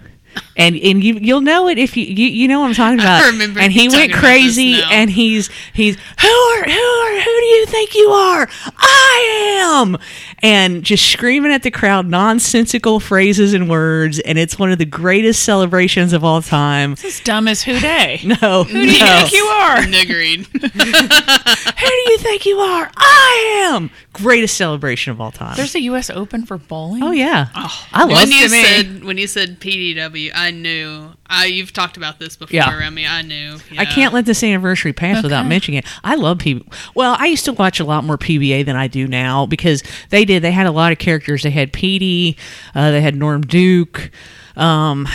A: and and you you'll know it if you you, you know what I'm talking about.
B: remember
A: and he
B: you
A: went
B: talking about this
A: crazy,
B: now.
A: and he's he's who are who are who do you think you are? I am, and just screaming at the crowd nonsensical phrases and words, and it's one of the greatest celebrations of all time.
C: It's dumb as who day.
A: No,
C: Who do you
A: no.
C: think you are?
B: Agreed.
A: Who do you think you are? I am. Greatest celebration of all time.
C: There's a U.S. Open for bowling.
A: oh yeah, I love
B: when you
A: it.
B: said when you said PDW, I knew. I you've talked about this before,
A: Yeah.
B: Remy. I knew.
A: I
B: yeah.
A: can't let this anniversary pass without mentioning it. I love PB. Well, I used to watch a lot more PBA than I do now because they did. They had a lot of characters. They had Petey. Uh, they had Norm Duke. Um,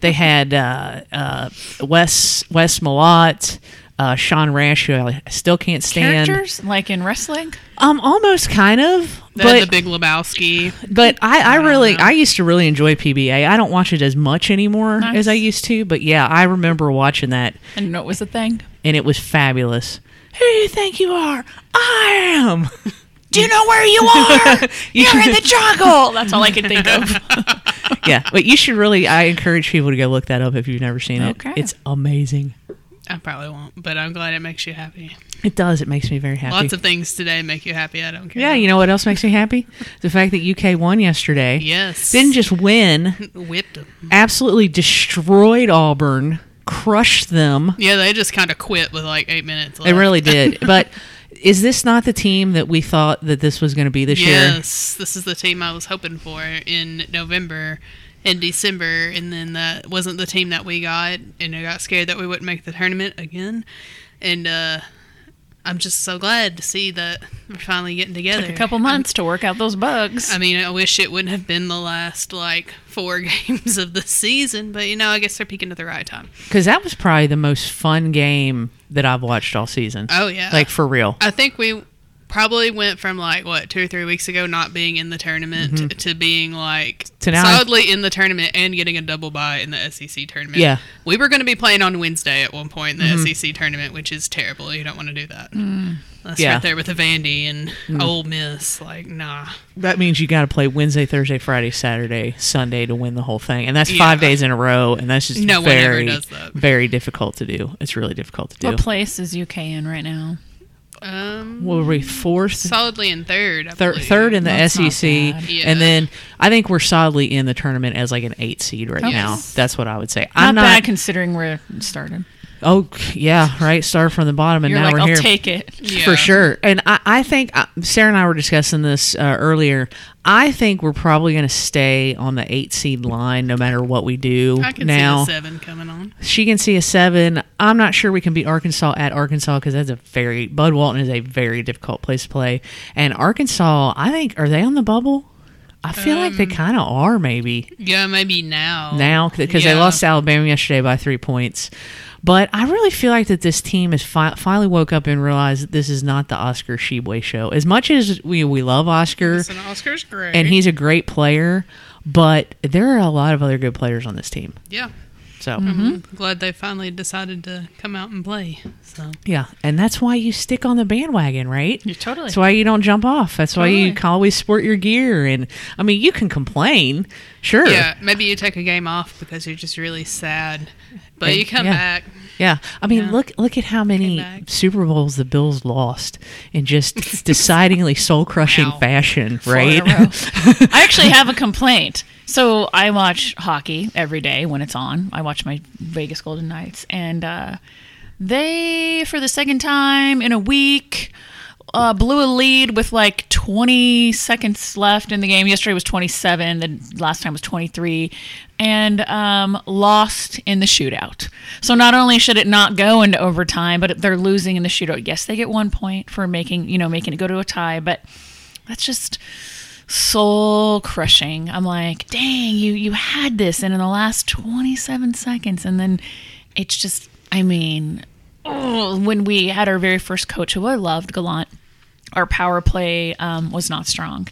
A: they had uh, uh, Wes Wes Malott. Uh, Sean Rash, who I still can't stand.
C: Characters like in wrestling.
A: Um, almost kind of,
B: The,
A: but
B: the Big Lebowski.
A: but I, I really I used to really enjoy PBA. I don't watch it as much anymore
C: Nice.
A: as I used to, but yeah, I remember watching that
C: I didn't know it was a thing.
A: and it was fabulous. Who do you think you are? I am.
C: Do you know where you are? You're in the jungle. That's all I could think of.
A: yeah, but you should really. I encourage people to go look that up if you've never seen it.
C: Okay.
A: It's amazing.
B: I probably won't, but I'm glad it makes you happy.
A: It does. It makes me very happy.
B: Lots of things today make you happy. I don't care.
A: yeah, you know what else makes me happy? The fact that UK won yesterday.
B: Yes.
A: Didn't just win,
B: whipped them.
A: absolutely destroyed Auburn, crushed them.
B: Yeah, they just kind of quit with like eight minutes. Left.
A: They really did. but is this not the team that we thought that this was going to be this year?
B: Yes, this is the team I was hoping for in November and December, and then that wasn't the team that we got, and I got scared that we wouldn't make the tournament again. And uh, I'm just so glad to see that we're finally getting together.
C: Took a couple months to work out those bugs.
B: I mean, I wish it wouldn't have been the last like four games of the season, but you know, I guess they're peaking at the right time.
A: Because that was probably the most fun game that I've watched all season.
B: Oh yeah,
A: Like for real.
B: I think we probably went from like what two or three weeks ago not being in the tournament to, to being
A: Mm-hmm.
B: like
A: To now-
B: solidly in the tournament and getting a double bye in the SEC tournament.
A: Yeah. Mm-hmm.
B: we were going to be playing on Wednesday at one point in the SEC tournament, which is terrible. You don't want to do that. That's
A: Mm. Yeah. Mm.
B: right there with the Vandy and Ole Miss. Like, nah.
A: That means you got to play Wednesday, Thursday, Friday, Saturday, Sunday to win the whole thing, and that's
B: Yeah.
A: five days in a row, and that's just
B: No one ever
A: very,
B: does that.
A: very difficult to do. It's really difficult to do.
C: what place is UK in right now?
B: Um,
A: What were we fourth,
B: solidly in third. I
A: thir-
B: believe.
A: third in the
C: That's not
A: SEC,
C: bad.
B: Yeah.
A: and then I think we're solidly in the tournament as like an eight seed right
C: Okay.
A: now. That's what I would say.
C: Not,
A: I'm not.
C: bad considering where it started.
A: oh yeah, right. Start from the bottom, and
C: You're
A: now
C: like,
A: we're
C: I'll
A: here.
C: take it.
B: Yeah.
A: for sure. And I, I think uh, Sarah and I were discussing this uh, earlier. I think we're probably going to stay on the eight seed line no matter what we do.
B: I can
A: now
B: see the seven coming on.
A: she can see a seven. I'm not sure we can beat Arkansas at Arkansas because that's a very Bud Walton is a very difficult place to play. And Arkansas, I think, are they on the bubble? I feel like
B: Um,
A: they kind of are maybe
B: Yeah, maybe now.
A: now because they
B: Yeah.
A: lost to Alabama yesterday by three points. But I really feel like that this team has fi- finally woke up and realized that this is not the Oscar Sheboy show. As much as we, we love Oscar
B: Listen, Oscar's great.
A: and he's a great player, but there are a lot of other good players on this team.
B: yeah.
A: So,
B: I'm glad they finally decided to come out and play. So
A: yeah. And that's why you stick on the bandwagon, right?
C: totally.
A: That's why you don't jump off. That's why you
C: Totally.
A: can always sport your gear. And I mean, you can complain, sure.
B: yeah, maybe you take a game off because you're just really sad, but
A: And-
B: you come
A: yeah.
B: back.
A: Yeah. I mean, look look at how many
B: back.
A: Super Bowls the Bills lost in just decidingly soul crushing
B: Wow.
A: fashion,
C: in
A: right?
C: a row. I actually have a complaint. So I watch hockey every day when it's on. I watch my Vegas Golden Knights, and uh, they, for the second time in a week, uh, blew a lead with like 20 seconds left in the game. Yesterday was 27. The last time was 23, and um, lost in the shootout. So not only should it not go into overtime, but they're losing in the shootout. Yes, they get one point for making you know making it go to a tie, but that's just soul crushing. I'm like, dang, you you had this, and in the last 27 seconds, and then it's just, I mean, oh, when we had our very first coach, who I loved, Gallant, our power play um, was not strong.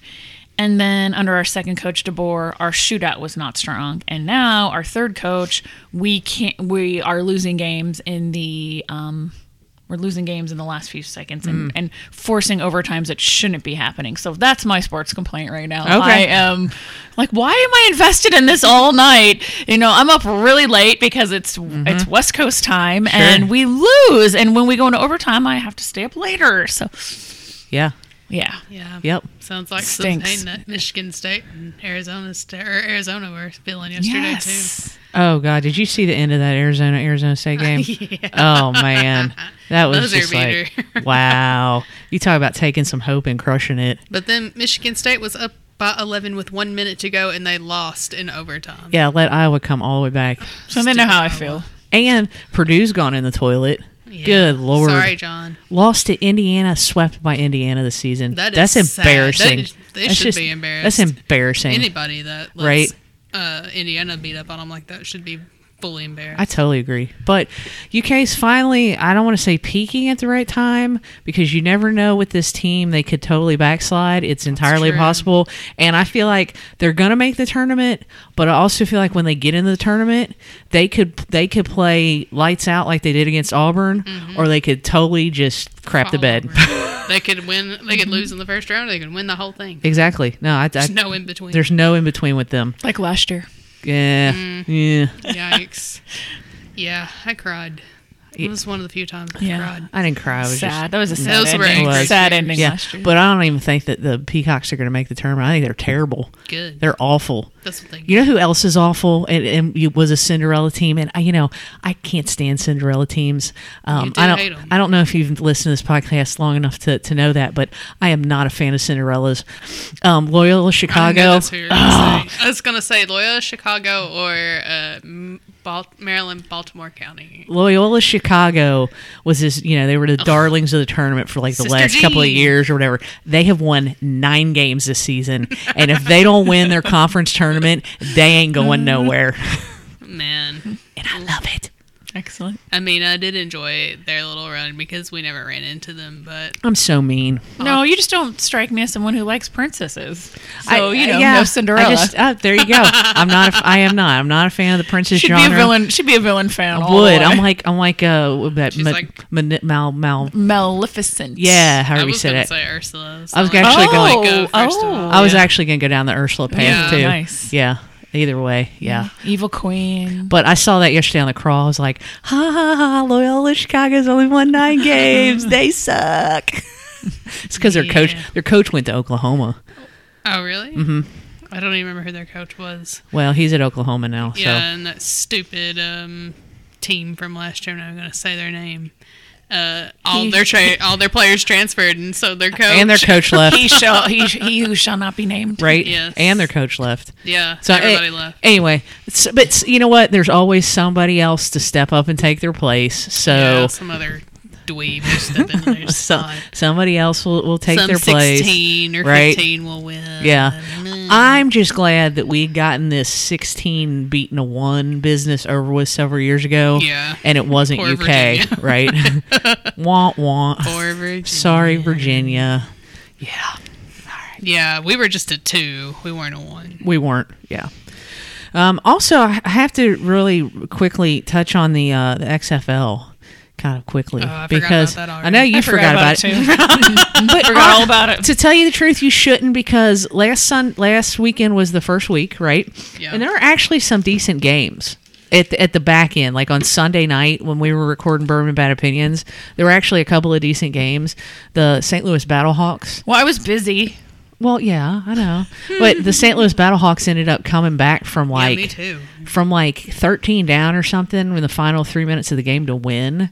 C: And then under our second coach, DeBoer, our shootout was not strong. And now our third coach, we can't. We are losing games in the um, we're losing games in the last few seconds and, and forcing overtimes that shouldn't be happening. So that's my sports complaint right now. I
A: Okay.
C: am like, why am I invested in this all night? You know, I'm up really late because it's it's West Coast time and we lose. And when we go into overtime, I have to stay up later. So
A: Yeah.
C: yeah,
D: Yeah.
A: Yep.
D: Sounds like
C: Stinks.
D: something that Michigan State and Arizona State or Arizona were feeling yesterday
C: yes,
A: Oh God, did you see the end of that Arizona Arizona State game? Oh man, that was
D: Buzzer
A: just like
D: beater.
A: wow. You talk about taking some hope and crushing it.
B: But then Michigan State was up by 11 with one minute to go, and they lost in overtime.
A: Yeah, let Iowa come all the way back.
C: so they know how I feel.
A: And Purdue's gone in the toilet.
D: Yeah.
A: Good lord.
B: Sorry, John.
A: Lost to Indiana, swept by Indiana this season.
B: That is
A: that's
B: sad.
A: embarrassing.
B: That is- they
A: That's
B: should be embarrassed.
A: That's embarrassing.
B: Anybody that
A: Right.
B: lets uh, Indiana beat up on them like that should be fully embarrassed.
A: I totally agree. But UK's finally, I don't want to say peaking at the right time because you never know with this team. They could totally backslide. It's entirely
B: true.
A: possible. And I feel like they're going to make the tournament, but I also feel like when they get into the tournament, they could they could play lights out like they did against Auburn
B: Mm-hmm.
A: or they could totally just crap the
D: Fall
A: bed.
B: they could win. They could lose in the first round. They could win the whole thing.
A: exactly. No, I, I,
B: There's no in between.
A: there's no in between with them.
C: Like last year.
A: Yeah.
B: Mm.
A: Yeah.
B: Yikes. yeah, I cried. It was one of the few times I
C: Yeah.
B: cried.
A: I didn't cry. I was just
C: Sad. That was a sad
B: Those were
C: ending.
A: angry
C: sad
B: tears.
C: ending
A: Yeah,
C: last year.
A: but I don't even think that the Peacocks are going to make the tournament. I think they're terrible.
B: Good.
A: They're awful.
B: That's what they get.
A: You know who else is awful and, and you- was a Cinderella team? And I, you know, I can't stand Cinderella teams. Um,
B: You do
A: I don't.
B: hate 'em.
A: I don't know if you've listened to this podcast long enough to, to know that, but I am not a fan of Cinderellas. Um, Loyola
B: I know
A: Chicago.
B: that's who you're gonna
A: Ah.
B: say. I was gonna say Loyola Chicago or uh, M- Bal- Maryland Baltimore County.
A: Loyola Chicago was this, you know, they were the darlings of the tournament for like the
B: Sister
A: last couple of
B: Jean.
A: years or whatever. They have won nine games this season. and if they don't win their conference tournament, they ain't going nowhere.
B: Man,
A: And I love it.
C: Excellent.
B: I mean, I did enjoy their little run because we never ran into them, but
A: I'm so mean.
C: No, you just don't strike me as someone who likes princesses. So
A: I-
C: you know,
A: yeah,
C: no
A: I
C: Cinderella.
A: just, uh, there you go. I'm not. A, I am not. I'm not a fan of the princess
C: should
A: genre.
C: be a villain. Should be a villain fan.
A: I
C: all the
A: would. I'm
C: way.
A: like. I'm like. Uh, what that
B: She's
A: ma-
B: like-
A: mani- mal mal.
C: Maleficent.
A: Yeah,
B: I
A: however you
B: was
A: said
B: gonna
A: it.
B: say Ursula. so
A: I was
B: I'm
A: actually
B: like,
A: going-
B: "Oh, go first of all."
A: I was
C: yeah.
A: actually gonna go down the Ursula path
B: Yeah.
A: too.
C: Nice.
A: Yeah. Either way. Yeah.
C: evil queen.
A: But I saw that yesterday on the crawl. I was like, ha ha ha, Loyola Chicago's only won nine games. They suck. it's because their coach
B: Yeah.
A: their coach went to Oklahoma.
B: Oh, really? Mm-hmm. I don't even remember who their coach was.
A: Well, he's at Oklahoma now.
B: Yeah,
A: So
B: and that stupid um, team from last year. I'm not gonna say their name. Uh, all their tra- all their players transferred, and so their coach
A: and their coach left.
C: he shall. He, he who shall not be named.
A: Right,
B: Yes.
A: and their coach left.
B: Yeah,
A: So
B: everybody
A: eh,
B: left.
A: Anyway, s- but s- you know what? There's always somebody else to step up and take their place. So
B: Yeah, some other dweeb or something. in their
A: so-
B: spot.
A: somebody else will, will take
B: some
A: their place.
B: 16 or
A: right?
B: 15 will win.
A: Yeah.
B: Mm.
A: I'm just glad that we gotten this 16 beating a one business over with several years ago.
B: Yeah.
A: And it wasn't
B: Poor
A: UK,
B: Virginia.
A: right? wah wah.
B: Or Virginia.
A: Sorry, Virginia.
B: Yeah, we were just a two. We weren't a one.
A: We weren't. Yeah. Um, also, I I have to really quickly touch on the uh, the XFL kind of quickly
B: Oh, I forgot about
A: because
B: that already.
A: I know you
C: I
A: forgot, about, it.
C: too.
A: But
C: Forgot all
A: uh,
C: about it.
A: To tell you the truth, you shouldn't because last sun last weekend was the first week, right?
B: Yeah.
A: And there were actually some decent games at the, at the back end, like on Sunday night when we were recording Bourbon Bad Opinions. There were actually a couple of decent games. The St. Louis Battlehawks.
C: Well, I was busy.
A: Well, yeah, I know, but the St. Louis Battlehawks ended up coming back from like
B: yeah, me too.
A: from like 13 down or something in the final three minutes of the game to win.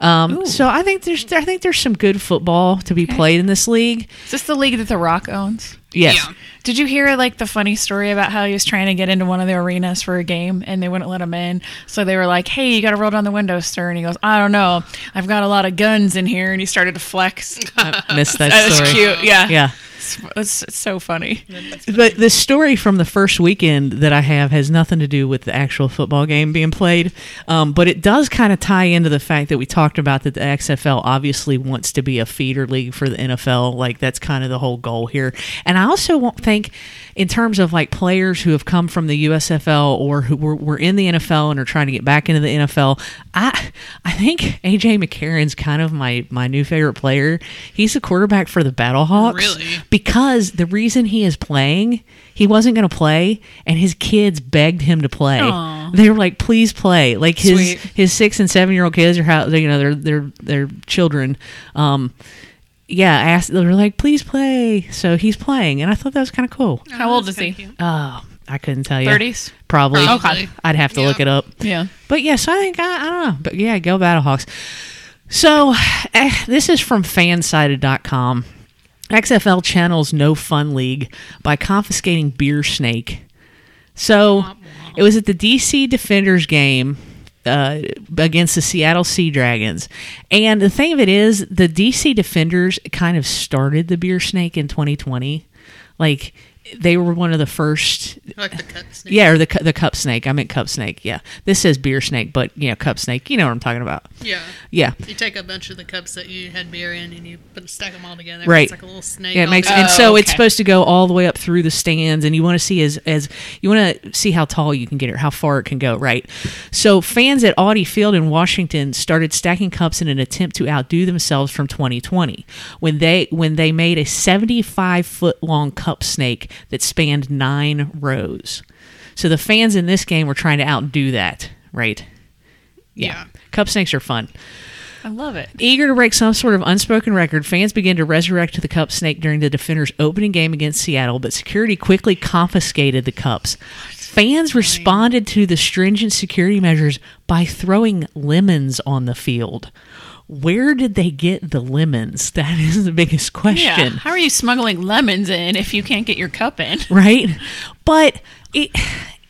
A: Um, so I think there's I think there's some good football to be played in this league.
C: Is this the league that The Rock owns?
A: Yes.
B: Yeah.
C: Did you hear like the funny story about how he was trying to get into one of the arenas for a game and they wouldn't let him in? So they were like, "Hey, you got to roll down the window, sir." And he goes, "I don't know. I've got a lot of guns in here." And he started to flex.
A: I missed that
C: That was
A: story.
C: cute. Yeah.
A: Yeah.
C: It's, it's, it's so funny.
A: But the story from the first weekend that I have has nothing to do with the actual football game being played, um, but it does kind of tie into the fact that we talked about that the XFL obviously wants to be a feeder league for the NFL. Like that's kind of the whole goal here. And I also want, think in terms of like players who have come from the USFL or who were, were in the NFL and are trying to get back into the NFL, I I think AJ McCarron's kind of my my new favorite player. He's a quarterback for the Battlehawks
B: Really?
A: because the reason he is playing, he wasn't going to play, and his kids begged him to play.
C: Aw.
A: They were like, "Please play!" Like his
B: Sweet.
A: his six and seven year old kids are how you know they're they're they're children. Um, yeah, asked they were like, "Please play!" So he's playing, and I thought that was kind of cool.
C: How old is he?
A: Oh, I couldn't tell you.
C: 30s?
A: probably.
C: Oh, Okay.
A: I'd have to look it up.
C: Yeah.
A: But yeah, so I think I, I don't know. But yeah, go Battlehawks. So eh, this is from fansided.com. XFL channels No Fun League by confiscating Beer Snake. So it was at the DC Defenders game uh, against the Seattle Sea Dragons. And the thing of it is, the DC Defenders kind of started the Beer Snake in 2020. Like, they were one of the first
D: Like the cut snake.
A: yeah, or the cu- the cup snake. I meant cup snake. Yeah, this says beer snake, but you know cup snake. You know what I'm talking about.
D: Yeah.
A: Yeah,
D: You take a bunch of the cups that you had beer in and you put stack them all together.
A: Right.
D: It's like a little snake. Oh,
A: yeah. It
D: all
A: makes
D: together.
A: and so it's
C: okay.
A: supposed to go all the way up through the stands, and you want to see as as you want to see how tall you can get it, how far it can go. Right. So fans at Audi Field in Washington started stacking cups in an attempt to outdo themselves from 2020 when they when they made a 75 foot long cup snake that spanned nine rows. So the fans in this game were trying to outdo that. Right. yeah. Cup snakes are fun.
C: I love it.
A: Eager to break some sort of unspoken record, fans began to resurrect the cup snake during the Defenders' opening game against Seattle, but security quickly confiscated the cups. Fans responded to the stringent security measures by throwing lemons on the field. Where did they get the lemons? That is the biggest
C: Yeah.
A: question
C: How are you smuggling lemons in if you can't get your cup in?
A: right? But it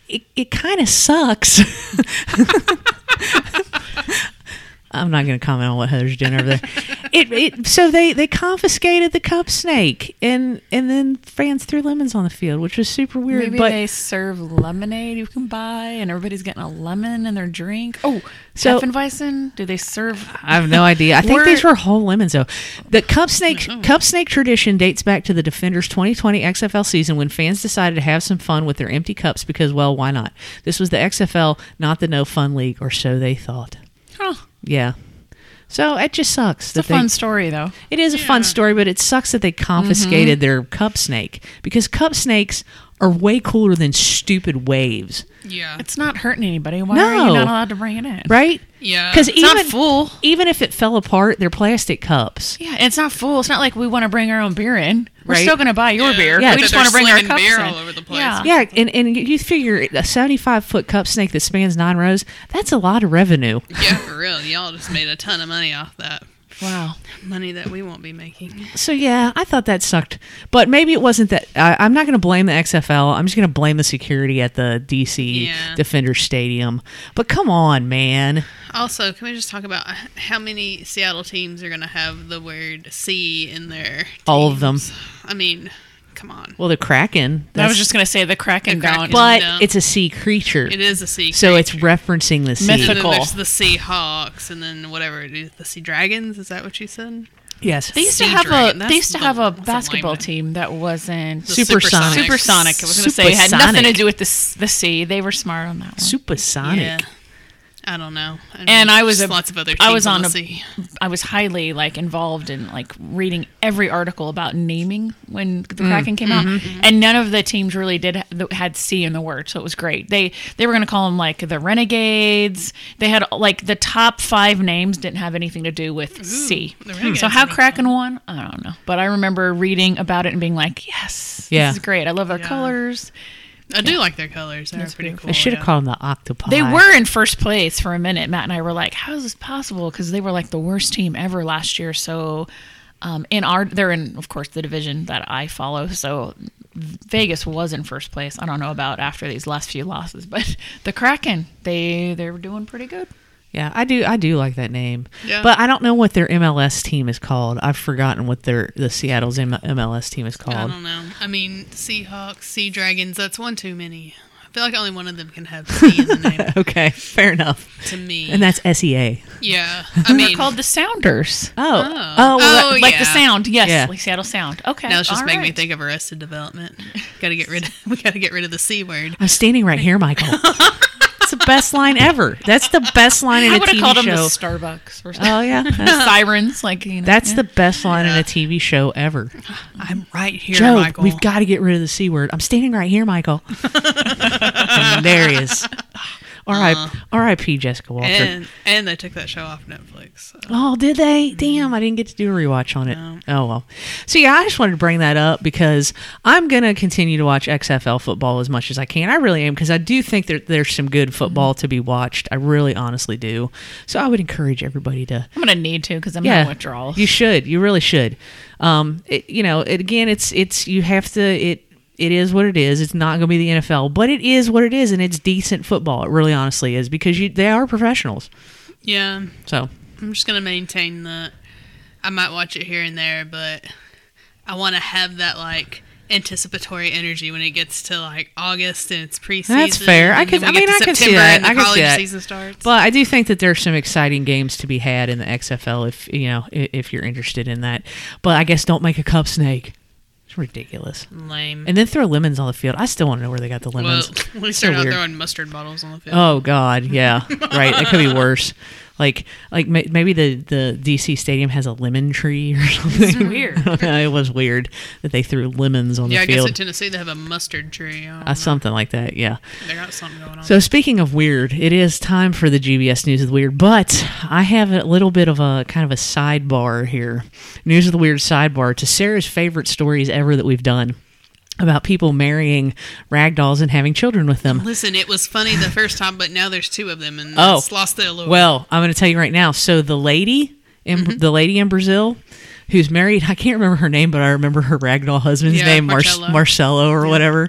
A: it, it kind of sucks. I'm not going to comment on what Heather's doing over there. It, it so they they confiscated the cup snake and and then fans threw lemons on the field, which was super weird.
C: Maybe
A: but
C: they serve lemonade you can buy, and everybody's getting a lemon in their drink. Oh,
A: So-
C: so, Weissen, do they serve?
A: I have no idea. I think
C: We're- Mm-hmm.
A: these were whole lemons though. The cup snake cup snake tradition dates back to the Defenders 2020 XFL season when fans decided to have some fun with their empty cups because well, why not? This was the XFL, not the no fun league or so they thought.
C: Huh.
A: Yeah. So it just sucks.
C: It's a fun story, though.
A: It is a fun story, but it sucks that they
C: Mm-hmm.
A: confiscated their cup snake because cup snakes are way cooler than stupid waves,
D: Yeah.
C: It's not hurting anybody. Why are
A: No.
C: you not allowed to bring it in?
A: right?
D: Yeah.
A: Because
C: It's not
A: even
C: full.
A: even if it fell apart, they're plastic cups.
C: Yeah, it's not full. It's not like we want to bring our own beer in. We're
A: Right.
C: still going to buy your beer.
A: Yeah,
C: we just
D: they're
C: want to bring our
D: slinging
C: cups
D: beer
C: in.
D: all over the place.
C: Yeah.
A: Yeah, and, and you figure a 75 foot cup snake that spans nine rows, that's a lot of revenue.
B: Yeah, for real. Y'all just made a ton of money off that.
C: Wow.
B: Money that we won't be making.
A: So yeah, I thought that sucked, but maybe it wasn't that. I, I'm not going to blame the XFL. I'm just going to blame the security at the DC
B: Yeah.
A: Defender Stadium. But come on, man.
B: Also, can we just talk about how many Seattle teams are going to have the word C in their
A: All of them.
B: teams? I mean, come on.
A: Well, the Kraken.
C: I was
A: that's-
C: just going to say the Kraken
B: The Kraken.
C: down.
A: but
B: No.
A: it's a sea creature,
B: It is a C.
A: so it's
B: creature.
A: referencing the sea.
B: And
C: Mythical.
B: then there's the Seahawks, and then whatever it is, the Sea Dragons. Is that what you said?
A: Yes,
C: They used to
B: Sea
C: have
B: Dragon.
C: a they
B: That's
C: used to
B: the-
C: have a
B: that's a
C: basketball
B: lineman.
C: team that wasn't
B: The
A: Supersonics.
B: Supersonics.
C: supersonic. I was going to say it had
A: Supersonic.
C: nothing to do with the s- the sea. They were smart on that one.
A: supersonic.
B: Yeah. I don't know. I don't
C: and
B: know.
C: I was
B: Just
C: a-
B: lots of other. Teams
C: I was
B: on,
C: on
B: the
C: a-
B: sea.
C: I was highly like involved in like reading every article about naming when the
B: Mm.
C: Kraken came out,
B: Mm-hmm.
C: and none of the teams really did had C in the word, so it was great. They they were going to call them like the Renegades. They had like the top five names didn't have anything to do with C. So how Kraken won, I don't know, but I remember reading about it and being like, yes,
A: Yeah.
C: this is great. I love their colors.
B: I do like their colors. They're pretty cool.
A: I should have
B: Oh, yeah.
A: called them the octopi.
C: They were in first place for a minute. Matt and I were like, "How is this possible?" Because they were like the worst team ever last year. So, um, in our they're in, of course, the division that I follow. So, Vegas was in first place. I don't know about after these last few losses, but the Kraken they they were doing pretty good.
A: Yeah, I do. I do like that name,
B: Yeah.
A: but I don't know what their MLS team is called. I've forgotten what their the Seattle's M- MLS team is
B: I
A: called.
B: Um, don't know. I mean, Seahawks, Sea Dragons. That's one too many. feel like only one of them can have C in the name
A: Okay, fair enough.
B: to me.
A: And that's E SEA.
B: yeah. I mean,
C: They're called the Sounders.
A: Oh, oh, well,
B: Oh,
A: that-
C: like the
B: yeah.
C: sound, yes,
A: Yeah.
C: like Seattle sound. Okay,
B: now it's just
C: all
B: making me
C: right.
B: think of Arrested Development. Got to get rid. Of, we got to get rid of the C word.
A: I'm standing right here, Michael. It's the best line ever. That's the best line in
C: I
A: a
C: would have
A: TV
C: called them the
A: show.
C: Starbucks or something.
A: oh yeah, that's,
C: Sirens, like you know,
A: that's
C: yeah.
A: the best line in a TV show ever.
B: I'm right here,
A: Joe,
B: Michael.
A: we've got to get rid of the c word. I'm standing right here, Michael. and there he is. R.I.P. R.I.P. Jessica Walker.
B: and and they took that show off Netflix. So.
A: Oh, did they? Damn, I didn't get to do a rewatch on it. Oh well. So yeah, I just wanted to bring that up because I'm gonna continue to watch XFL football as much as I can. I really am because I do think that there's some good football to be watched. I really, honestly do. So I would encourage everybody to
C: I'm gonna need to because I'm
A: yeah,
C: gonna withdraw.
A: You should. You really should. Um, it, you know, it, again, it's it's you have to. It it is what it is. It's not going to be the NFL, but it is what it is, and it's decent football. It really, honestly is because you they are professionals.
B: Yeah,
A: So
B: I'm just gonna maintain that. I might watch it here and there, but I want to have that like anticipatory energy when it gets to like August and it's preseason.
A: fair. I
B: and
A: could-
B: then
A: I
B: we get
A: mean,
B: to
A: I could see
B: September
A: that.
B: And the
A: I could see
B: college
A: that.
B: season starts.
A: But I do think that there's some exciting games to be had in the XFL if you know i- if you're interested in that. But I guess don't make a cup snake. It's ridiculous.
B: Hmm. lame.
A: And then throw lemons on the field. I still want to know where they got the
B: well,
A: lemons.
B: at least
A: So
B: they're not
A: weird.
B: throwing mustard bottles on the field.
A: Oh God, yeah, right. It could be worse. Like, like ma- maybe the the DC stadium has a lemon tree or something.
C: weird.
A: it was weird that they threw lemons on
B: yeah,
A: the
B: I guess
A: field.
B: at Tennessee they have a mustard tree. I don't
A: uh, something like that. Yeah.
B: know. They got something going on.
A: So speaking of weird, it is time for the GBS News of the Weird, but I have a little bit of a kind of a sidebar here. News of the Weird sidebar to Sarah's favorite stories ever that we've done about people marrying ragdolls and having children with them.
B: Listen, it was funny the first time, but now there's two of them, and
A: Oh.
B: it's lost their allure.
A: Well, I'm going to tell you right now. So the lady in
B: Mm-hmm.
A: the lady in Brazil who's married, I can't remember her name, but I remember her ragdoll husband's
B: Yeah,
A: name, Mar-
B: Marcello.
A: Marcello or whatever.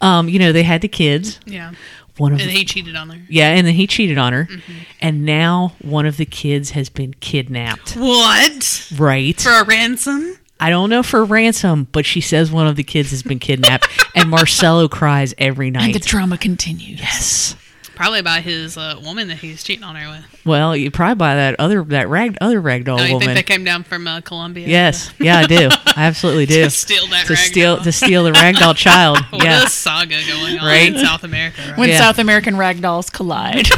A: Um, you know, they had the kids.
B: yeah,
A: One of
B: and
A: them,
B: he cheated on her.
A: yeah, and then he cheated on her,
B: Mm-hmm.
A: and now one of the kids has been kidnapped.
B: What
A: Right?
B: for a ransom?
A: I don't know for ransom, but she says one of the kids has been kidnapped, and Marcello cries every night.
C: and the drama continues.
A: yes.
B: Probably by his uh, woman that he's cheating on her with.
A: Well, you probably buy that other that rag other ragdoll
B: Oh, you
A: woman.
B: think that came down from uh, Colombia?
A: Yes, yeah, I do. I absolutely do.
B: To steal that
A: to
B: ragdoll. Oh,
A: steal to steal the ragdoll child.
B: What
A: yeah,
B: a saga going on
A: Right?
B: in South America. Right?
C: When
A: Yeah.
C: South American ragdolls collide.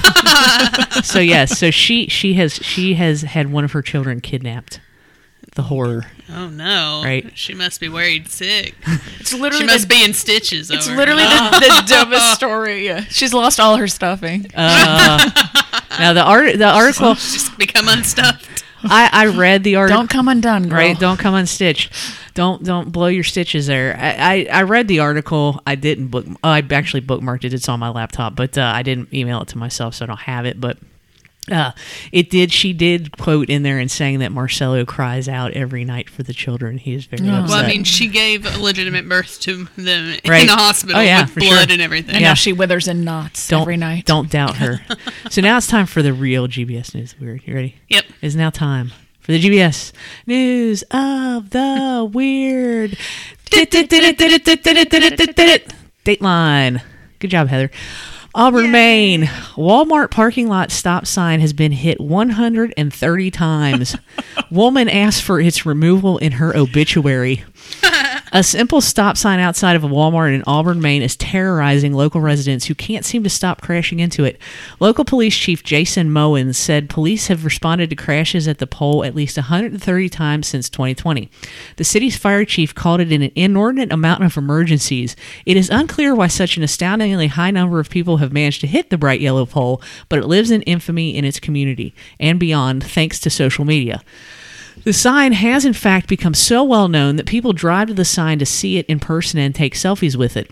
A: so yes, so she she has she has had one of her children kidnapped. The horror,
B: oh no!
A: Right.
B: She must be worried sick.
C: it's
B: She
C: literally
B: must
C: the,
B: be in stitches.
C: it's
B: over.
C: literally the, the dumbest story. Yeah. She's lost all her stuffing.
A: Uh, Now the art the article
B: just become unstuffed.
A: I I read the article.
C: Don't come undone, girl.
A: Right, don't come unstitched. Don't don't blow your stitches there. I, I, I read the article. I didn't book. oh, I actually bookmarked it. It's on my laptop, but uh, I didn't email it to myself, so I don't have it. But uh, it did. She did quote in there and saying that Marcelo cries out every night for the children. He is very upset.
B: Oh. Well, I mean, she gave legitimate birth to them
A: Right.
B: in a hospital
A: Oh, yeah,
B: with
A: for
B: blood
A: sure.
B: and everything.
C: And
A: Yeah.
C: now she withers in knots
A: don't
C: every night.
A: don't doubt her. so now it's time for the real GBS news. Weird. You ready?
B: Yep.
A: It's now time for the GBS news of the weird. Dateline. Good job, Heather. Auburn, Maine. Walmart parking lot stop sign has been hit 130 times. Woman asked for its removal in her obituary. A simple stop sign outside of a Walmart in Auburn, Maine is terrorizing local residents who can't seem to stop crashing into it. Local police chief Jason Moen said police have responded to crashes at the pole at least 130 times since 2020. The city's fire chief called it an inordinate amount of emergencies. It is unclear why such an astoundingly high number of people have managed to hit the bright yellow pole, but it lives in infamy in its community and beyond thanks to social media. The sign has, in fact, become so well known that people drive to the sign to see it in person and take selfies with it.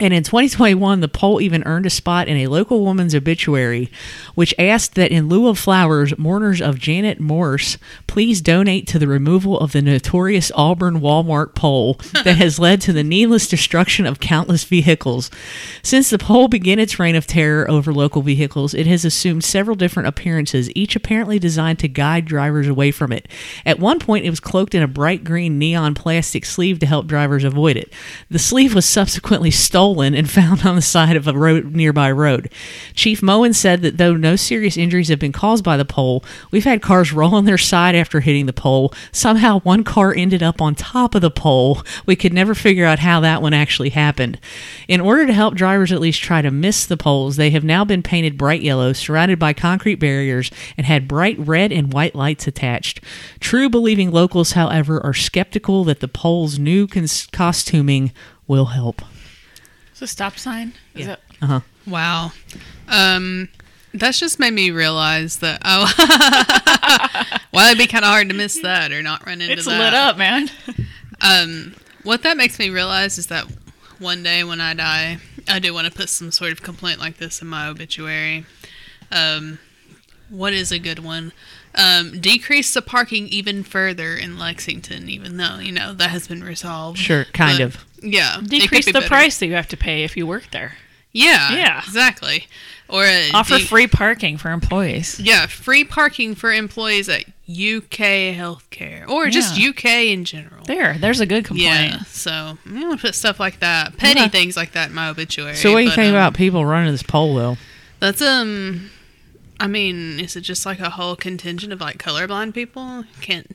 A: And in 2021, the poll even earned a spot in a local woman's obituary, which asked that in lieu of flowers, mourners of Janet Morse please donate to the removal of the notorious Auburn Walmart pole that has led to the needless destruction of countless vehicles. Since the pole began its reign of terror over local vehicles, it has assumed several different appearances, each apparently designed to guide drivers away from it. At one point, it was cloaked in a bright green neon plastic sleeve to help drivers avoid it. The sleeve was subsequently stolen stolen and found on the side of a road nearby road. Chief Moen said that though no serious injuries have been caused by the pole, we've had cars roll on their side after hitting the pole. Somehow one car ended up on top of the pole. We could never figure out how that one actually happened. In order to help drivers at least try to miss the poles, they have now been painted bright yellow, surrounded by concrete barriers, and had bright red and white lights attached. True believing locals, however, are skeptical that the pole's new cons- costuming will help.
C: It's a stop sign. Is it?
B: Wow. Um, that's just made me realize that. Oh, well, it'd be kind of hard to miss that or not run into
C: It's
B: that.
C: lit up, man.
B: Um, what that makes me realize is that one day when I die, I do want to put some sort of complaint like this in my obituary. Um, what is a good one? Um, decrease the parking even further in Lexington, even though you know that has been resolved.
A: Sure, kind of.
B: Yeah, it could
C: Decrease
B: be
C: the
B: better.
C: price that you have to pay if you work there.
B: Yeah,
C: Yeah.
B: exactly. Or uh,
C: Offer
B: de-
C: free parking for employees.
B: Yeah, free parking for employees at UK Healthcare or just
C: Yeah.
B: UK in general.
C: There, there's a good complaint.
B: yeah, so I'm gonna put stuff like that, petty
C: Okay.
B: things like that in my obituary.
A: So, what do you
B: but,
A: think
B: um,
A: about people running this poll, though?
B: That's um, I mean, is it just like a whole contingent of like colorblind people can't?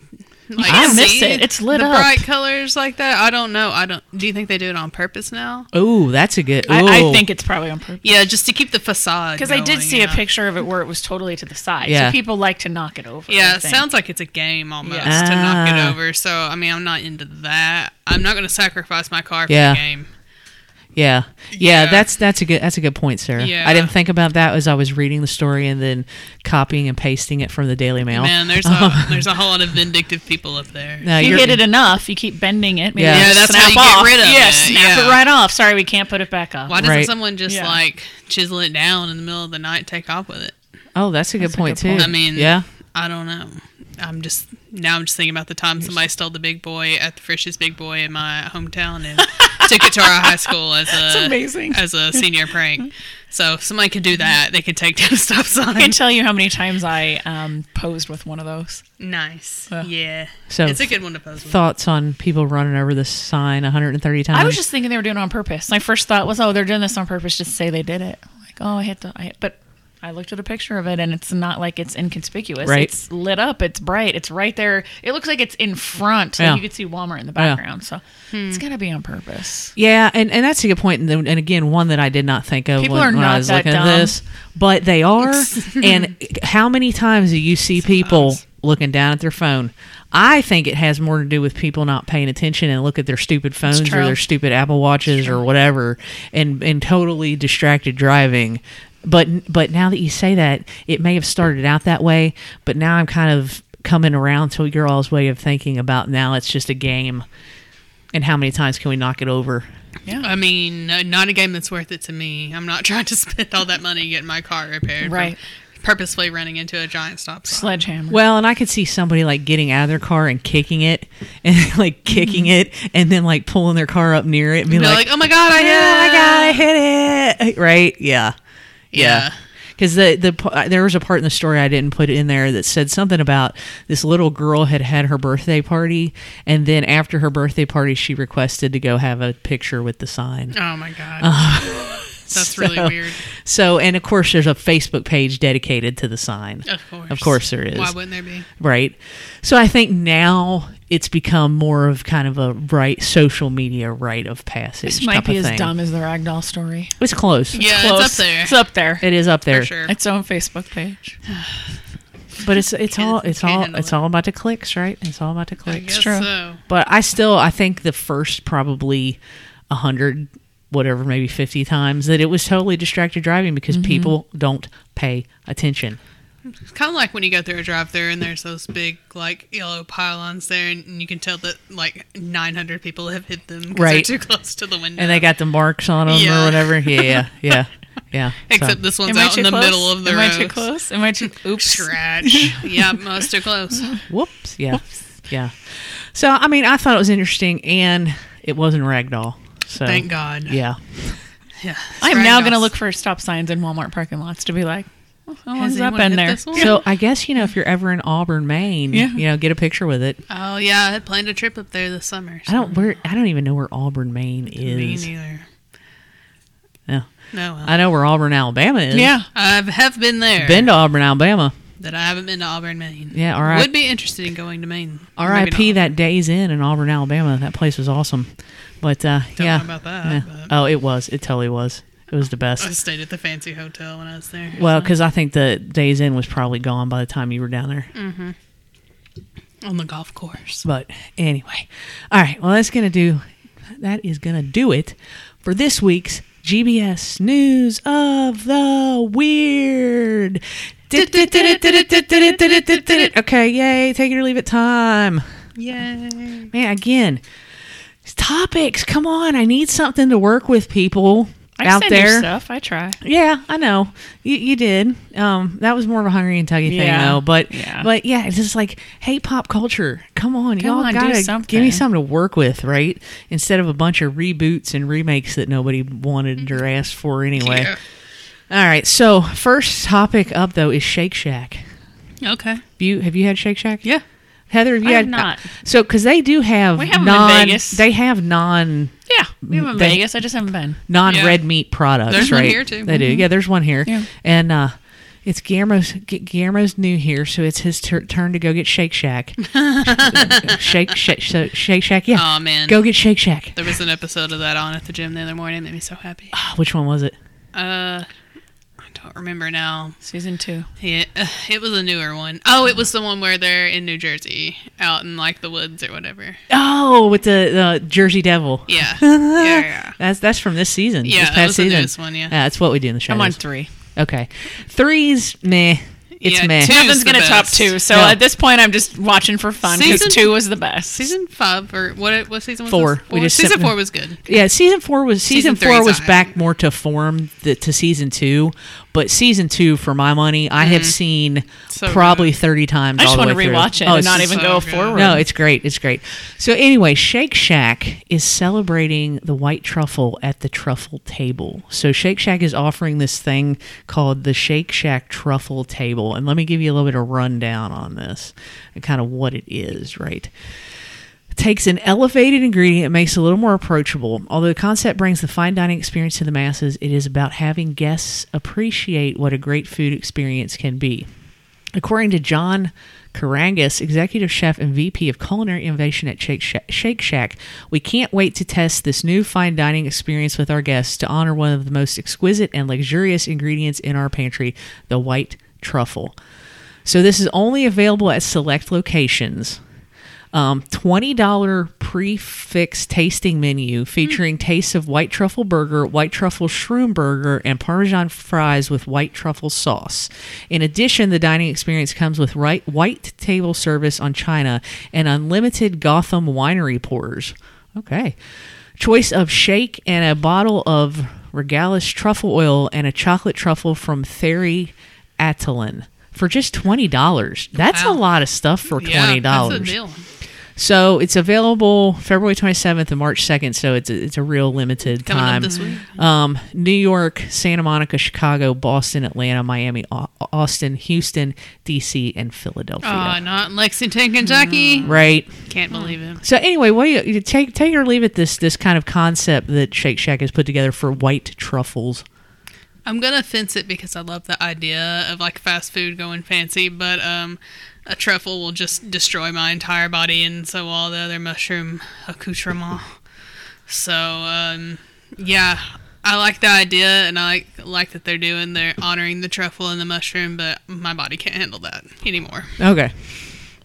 B: Like,
C: can't miss
B: see
C: it. It's lit
B: the
C: up.
B: Bright colors like that. I don't know. I don't. Do you think they do it on purpose now?
A: Oh, that's a good.
C: I, I
A: ooh.
C: think it's probably on purpose.
B: Yeah, just to keep the facade.
C: Because I did
B: going,
C: see
B: you
C: a
B: know?
C: picture of it where it was totally to the side.
A: Yeah.
C: So people like to knock it over. I
B: Yeah, it
C: think.
B: sounds like it's a game almost
C: Yeah.
B: to knock
A: Ah.
B: it over. So I mean, I'm not into that. I'm not going to sacrifice my car for
A: Yeah.
B: the game.
A: Yeah. yeah,
B: Yeah.
A: That's that's a good that's a good point, Sarah.
B: Yeah.
A: I didn't think about that as I was reading the story and then copying and pasting it from the Daily Mail.
B: Man, there's a there's a whole lot of vindictive people up there.
A: No,
C: you
A: you're-
C: hit it enough, you keep bending it. Maybe
A: Yeah.
C: it'll
A: Yeah,
B: that's how
C: snap
B: you get
C: off.
B: rid of
C: yeah,
B: it,
C: snap
B: yeah.
C: it right off. Sorry, we can't put it back up.
B: Why doesn't
A: Right.
B: someone just
C: Yeah.
B: like chisel it down in the middle of the night, take off with it?
A: Oh, that's a good
C: a
A: point
C: good point.
A: too.
B: I mean,
A: yeah,
B: I don't know. I'm just now. I'm just thinking about the time somebody stole the big boy at the Frisch's Big Boy in my hometown and took it to our high school as a
C: amazing.
B: as a senior prank. So if somebody could do that, they could take down a stop
C: I can
B: sign.
C: tell you how many times I um, posed with one of those.
B: Nice. yeah.
A: So-
B: it's a good one to pose with.
A: thoughts on people running over this sign 130 times.
C: I was just thinking they were doing it on purpose. My first thought was, oh, they're doing this on purpose just to say they did it. Like, oh, I hit the. I hit, but I looked at a picture of it, and it's not like it's inconspicuous.
A: Right.
C: It's lit up. It's bright. It's right there. It looks like it's in front.
A: Yeah.
C: Like you could see Walmart in the background. So it's got to be on purpose.
A: yeah, and, and that's a good point, and, then- and again, one that I did not think of
C: People
A: when,
C: are
A: when I
C: not
A: was
C: that
A: looking
C: dumb.
A: at this, but they are. and how many times do you see people looking down at their phone? I think it has more to do with people not paying attention and look at their stupid phones or
C: true.
A: their stupid Apple watches or whatever, and and totally distracted driving. But but now that you say that, it may have started out that way, but now I'm kind of coming around to your all's way of thinking about now it's just a game, and how many times can we knock it over?
B: I mean, uh, not a game that's worth it to me. I'm not trying to spend all that money getting my car repaired. from
C: Right.
B: Purposefully running into a giant stop sign.
C: Sledgehammer.
A: Well, and I could see somebody like getting out of their car and kicking it, and like kicking it, and then like pulling their car up near it and being
B: They're
A: like,
B: like, oh my god,
A: "Oh
B: I
A: my
B: hit it."
A: god, I hit it!" Right? Yeah,
B: Yeah.
A: Because the the p- uh, there was a part in the story I didn't put in there that said something about this little girl had had her birthday party, and then after her birthday party, she requested to go have a picture with the sign.
B: Oh my god. that's really
A: Uh, So-
B: weird.
A: So, and of course, there's a Facebook page dedicated to the sign.
B: Of course.
A: Of course, there is
B: Why wouldn't there be?
A: right? So I think now it's become more of kind of a right social media rite of passage.
C: This might
A: type
C: be
A: of
C: as
A: thing.
C: dumb as the Ragdoll story.
A: It's close.
B: Yeah,
C: Close.
B: it's up there.
C: It's up there.
A: It is up there,
B: for sure.
C: Its own Facebook page.
A: but it's it's all it's
B: Can't
A: all
B: handle
A: it's
B: it.
A: all about the clicks, right? It's all about the
B: I
A: clicks.
B: guess
C: true.
B: So.
A: But I still I think the first probably a hundred, whatever, maybe fifty times that it was totally distracted driving because
B: Mm-hmm.
A: people don't pay attention.
B: It's kind of like when you go through a drive-through and there's those big like yellow pylons there, and, and you can tell that like 900 people have hit them 'cause
A: Right.
B: they're too close to the window.
A: And they got the marks on them
B: Yeah.
A: or whatever. Yeah, yeah, yeah, yeah. So-
B: except this one's
C: Am I
B: out
C: too
B: in the
C: close?
B: middle of the
C: Am
B: road.
C: I too close? Am I too? Oops.
B: Scratch. yeah, most too close.
A: Whoops. Yeah. Yeah. So I mean, I thought it was interesting, and it wasn't ragdoll. So
B: Thank God.
A: Yeah.
B: Yeah.
C: I'm now
B: Ragdolls.
C: going to look for stop signs in Walmart parking lots to be like, oh, how
B: Has
C: long's that
B: anyone
C: been
B: hit
C: there?
B: this one?
A: So I guess you know if you're ever in Auburn, Maine,
C: Yeah.
A: you know, get a picture with it.
B: Oh yeah, I had planned a trip up there this summer.
A: I don't where I don't even know where Auburn, Maine
B: so- Me
A: is.
B: neither.
A: Yeah.
B: No, well,
A: I know where Auburn, Alabama is.
C: Yeah.
B: I have been there.
A: Been to Auburn, Alabama.
B: That I haven't been to Auburn, Maine.
A: Yeah, all right.
B: Would be interested in going to Maine. Maybe
A: R.I.P.
B: not.
A: that Days Inn in Auburn, Alabama. That place was awesome. But uh,
B: Don't
A: yeah,
B: know about that,
A: Yeah. Oh, it was. It totally was. It was the
B: I
A: best.
B: stayed at the fancy hotel when I was there.
A: Well, because I think the Days Inn was probably gone by the time you were down there.
B: On the golf course.
A: But anyway, all right. Well, that's gonna do. That is gonna do it for this week's GBS News of the Weird. Okay, yay! Take it or leave it time.
B: Yay.
A: Man, again, these topics. Come on, I need something to work with, people
C: I
A: out
C: send you
A: there.
C: stuff. I try.
A: Yeah, I know you, you did. Um, that was more of a hungry Kentucky thing,
C: Yeah.
A: though. But
C: Yeah.
A: but yeah, it's just like, hey, pop culture, come on, y'all
C: on, do
A: gotta give me
C: something.
A: something to work with, right? Instead of a bunch of reboots and remakes that nobody wanted or
C: Mm-hmm.
A: asked for anyway. All right, so first topic up though is Shake Shack.
B: Okay.
A: You have you had Shake Shack?
B: Yeah.
A: Heather, have you
C: I
A: had
C: have not.
A: So because they do have,
C: We have 'em in
A: non,
C: Vegas.
A: they have non
C: Yeah,
A: They-
C: we have in Mm-hmm. Vegas. I just haven't been.
A: non red meat products.
B: There's one
A: right?
B: here, too. Mm-hmm.
A: They do. Yeah, there's one here,
C: Yeah.
A: and uh, it's Guillermo's. Gu- Guillermo's new here, so it's his tur turn to go get Shake Shack. shake, shake, so- Shake Shack. Yeah.
B: Aw, man.
A: Go get Shake Shack.
B: There was an episode of that on at the gym the other morning. It made me so happy.
A: Ah, Which one was it?
B: Uh, I don't remember now.
C: Season two.
B: Yeah, it was a newer one. Oh, it was the one where they're in New Jersey, out in like the woods or whatever.
A: Oh, with the, the Jersey Devil.
B: Yeah, yeah, yeah.
A: That's that's from this season.
B: Yeah,
A: this
B: that
A: past
B: was the
A: season.
B: newest one, yeah.
A: that's what we do in the show.
C: I'm on
A: notes.
C: three.
A: Okay, threes, meh. It's
B: Yeah,
A: meh.
B: two- Two's
C: Nothing's
B: the
C: gonna top
B: best.
C: two. So
A: No.
C: at this point, I'm just watching for fun because
B: Season-
C: two was the best.
B: Season five or what? What season was
A: Four.
B: This?
A: We just
B: season
A: said-
B: four was good.
A: Yeah, season four was season,
B: Season
A: four
B: three's
A: was
B: alright.
A: back more to form the, to season two, but season two, for my money, I have seen
B: Mm-hmm. So
A: probably thirty times.
C: I
A: all
C: just
A: the
C: want to
A: way through.
C: rewatch it
A: Oh,
C: and
A: it's
C: not
A: just-
C: even
B: so
C: go
B: good.
C: forward.
A: No, it's great. It's great. So anyway, Shake Shack is celebrating the white truffle at the truffle table. So Shake Shack is offering this thing called the Shake Shack Truffle Table, and let me give you a little bit of rundown on this and kind of what it is, right? takes an elevated ingredient, makes it a little more approachable. Although the concept brings the fine dining experience to the masses, it is about having guests appreciate what a great food experience can be. According to John Karangas, executive chef and VP of culinary innovation at Shake Shack, Shake Shack, we can't wait to test this new fine dining experience with our guests to honor one of the most exquisite and luxurious ingredients in our pantry, the white truffle. So this is only available at select locations. Um, $20 prefix tasting menu
B: Hmm.
A: featuring tastes of white truffle burger, white truffle shroom burger, and parmesan fries with white truffle sauce. In addition, the dining experience comes with right, white table service on China and unlimited Gotham winery pours. Okay. Choice of shake and a bottle of Regalis truffle oil and a chocolate truffle from Theri Attilan for just $20. That's a
B: Wow.
A: lot of stuff for $20.
B: Yeah, that's a deal.
A: So it's available February 27th and March 2nd. So it's a, it's a real limited
B: Coming up
A: time.
B: this week.
A: Um, New York, Santa Monica, Chicago, Boston, Atlanta, Miami, Au- Austin, Houston, DC, and Philadelphia.
B: Oh, not in Lexington, Kentucky.
A: Right.
B: Can't believe it.
A: So anyway, what do you, you take take or leave it this this kind of concept that Shake Shack has put together for white truffles.
B: I'm gonna fence it because I love the idea of like fast food going fancy, but um, a truffle will just destroy my entire body, and so all the other mushroom accoutrement. So um, yeah, I like the idea, and I like like that they're doing they're honoring the truffle and the mushroom, but my body can't handle that anymore.
A: Okay.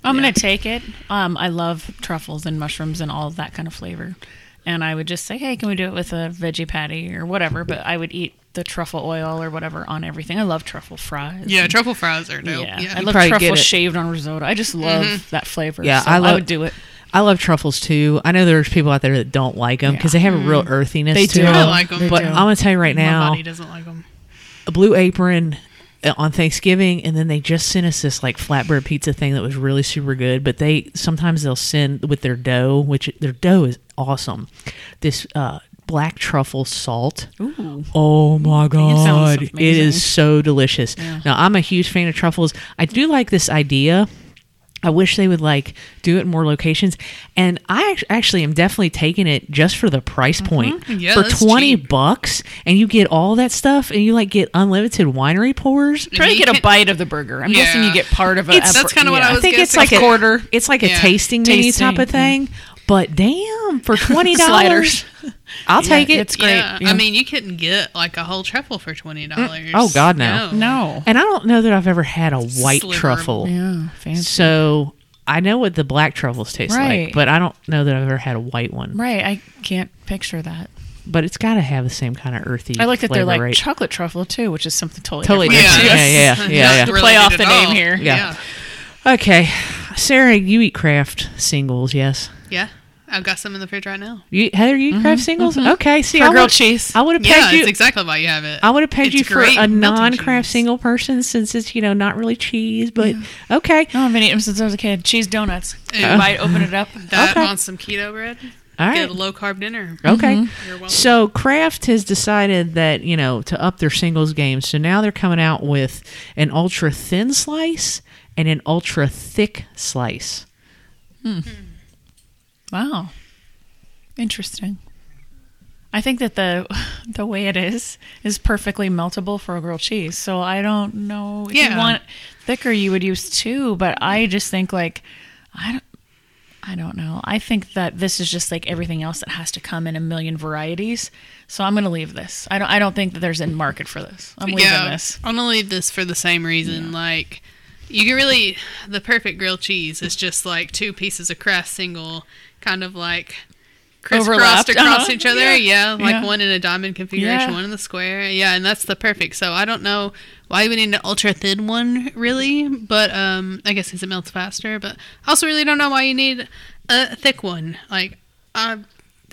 C: I'm gonna take it. Um, I love truffles and mushrooms and all of that kind of flavor. And I would just say, hey, can we do it with a veggie patty or whatever? But I would eat the truffle oil or whatever on everything. I love truffle fries.
B: Yeah, truffle fries are dope.
C: Yeah.
B: Yeah,
C: I
A: probably get
C: love truffle
A: it. Mm-hmm.
C: shaved on risotto. I just love that flavor.
A: Yeah,
C: so
A: I
C: I,
A: love-
C: would do it.
A: I love truffles too. I know there's people out there that don't like them because
C: Yeah.
A: they have a real earthiness
C: They
A: to
C: do.
A: them.
C: I
B: like 'em. Mm. They
A: But
C: do.
A: I'm gonna tell you right
B: my
A: now,
B: body doesn't like them.
A: a blue apron uh, on Thanksgiving, and then they just sent us this like flatbread pizza thing that was really super good. But they sometimes they'll send with their dough, which their dough is awesome. This uh, black truffle salt.
C: Ooh.
A: Oh my
C: sounds
A: god, it
C: amazing.
A: is so delicious. Now I'm a huge fan of truffles. I do like this idea I wish they would like do it in more locations. And I act- actually am definitely taking it just for the price point.
B: Yeah,
A: for
B: that's
A: 20
B: cheap.
A: bucks and you get all that stuff and you like get unlimited winery pours.
C: Try to
B: You
C: get a
B: can't-
C: bite of the burger. I'm guessing you
B: Yeah.
C: get part of a.
A: It's-
C: a
A: That's
C: bur-
B: kinda what I
A: I
B: was
A: think it's like
B: guessing a
A: a
C: quarter.
A: It's like a
B: Yeah.
A: tasting menu
C: Tasting,
A: type of
C: yeah.
A: thing. But damn, for $20,
C: Sliders.
A: I'll take it.
C: it's great.
B: Yeah, I mean, you couldn't get like a whole truffle for twenty dollars.
A: Oh, God, no.
C: No.
A: And I don't know that I've ever had a white
B: Sliver.
A: truffle.
C: Yeah, fancy.
A: So I know what the black truffles taste like,
C: Right.
A: but I don't know that I've ever had a white one.
C: Right, I can't picture that.
A: But it's got to have the same kind of earthy.
C: I like that they're
A: flavor
C: like
A: rate.
C: chocolate truffle too, which is something totally
A: Totally
C: different.
A: different. Yeah, yeah, yeah,
B: it's
A: yeah.
B: not
A: To
C: play
B: related
C: off
B: at
C: the name
B: all.
C: here.
A: Yeah. Okay, Sarah, you eat craft singles, yes?
B: yeah, Yeah. I've got some in the fridge right now.
A: You Heather, you eat craft singles? Okay, see,
C: For
A: I
C: Mm-hmm. grilled
A: would-
C: cheese.
A: I would have
B: Yeah,
A: pegged you.
B: that's exactly why you have it.
A: I would have pegged
B: It's
A: you for
B: great
A: a
B: melting
A: non-craft
B: cheese.
A: single person since it's you know not really cheese, but okay,
C: No, I've been eating them since I was a kid. Cheese donuts.
B: Ew.
C: I might open it up.
B: That
A: Okay.
B: on some keto bread.
A: all right,
B: Get a low carb dinner.
A: okay.
B: You're welcome.
A: So Kraft has decided that you know to up their singles game, so now they're coming out with an ultra thin slice and an ultra thick slice.
C: Wow, interesting. I think that the the way it is is perfectly meltable for a grilled cheese. So I don't know if you
B: Yeah.
C: want thicker, you would use two. But I just think like I don't. I don't know. I think that this is just like everything else that has to come in a million varieties. So I'm going to leave this. I don't. I don't think that there's a market for this. I'm leaving this.
B: I'm gonna leave this for the same reason. Like, you can really the perfect grilled cheese is just like two pieces of craft single, kind of like crisscrossed
C: Overlapped,
B: across
C: uh-huh.
B: each other.
C: Yeah.
B: Yeah, like
C: Yeah.
B: one in a diamond configuration,
C: Yeah.
B: one in the square. Yeah, and that's the perfect. So I don't know why we need an ultra thin one really, but um, I guess because it melts faster. But I also really don't know why you need a thick one. Like, I.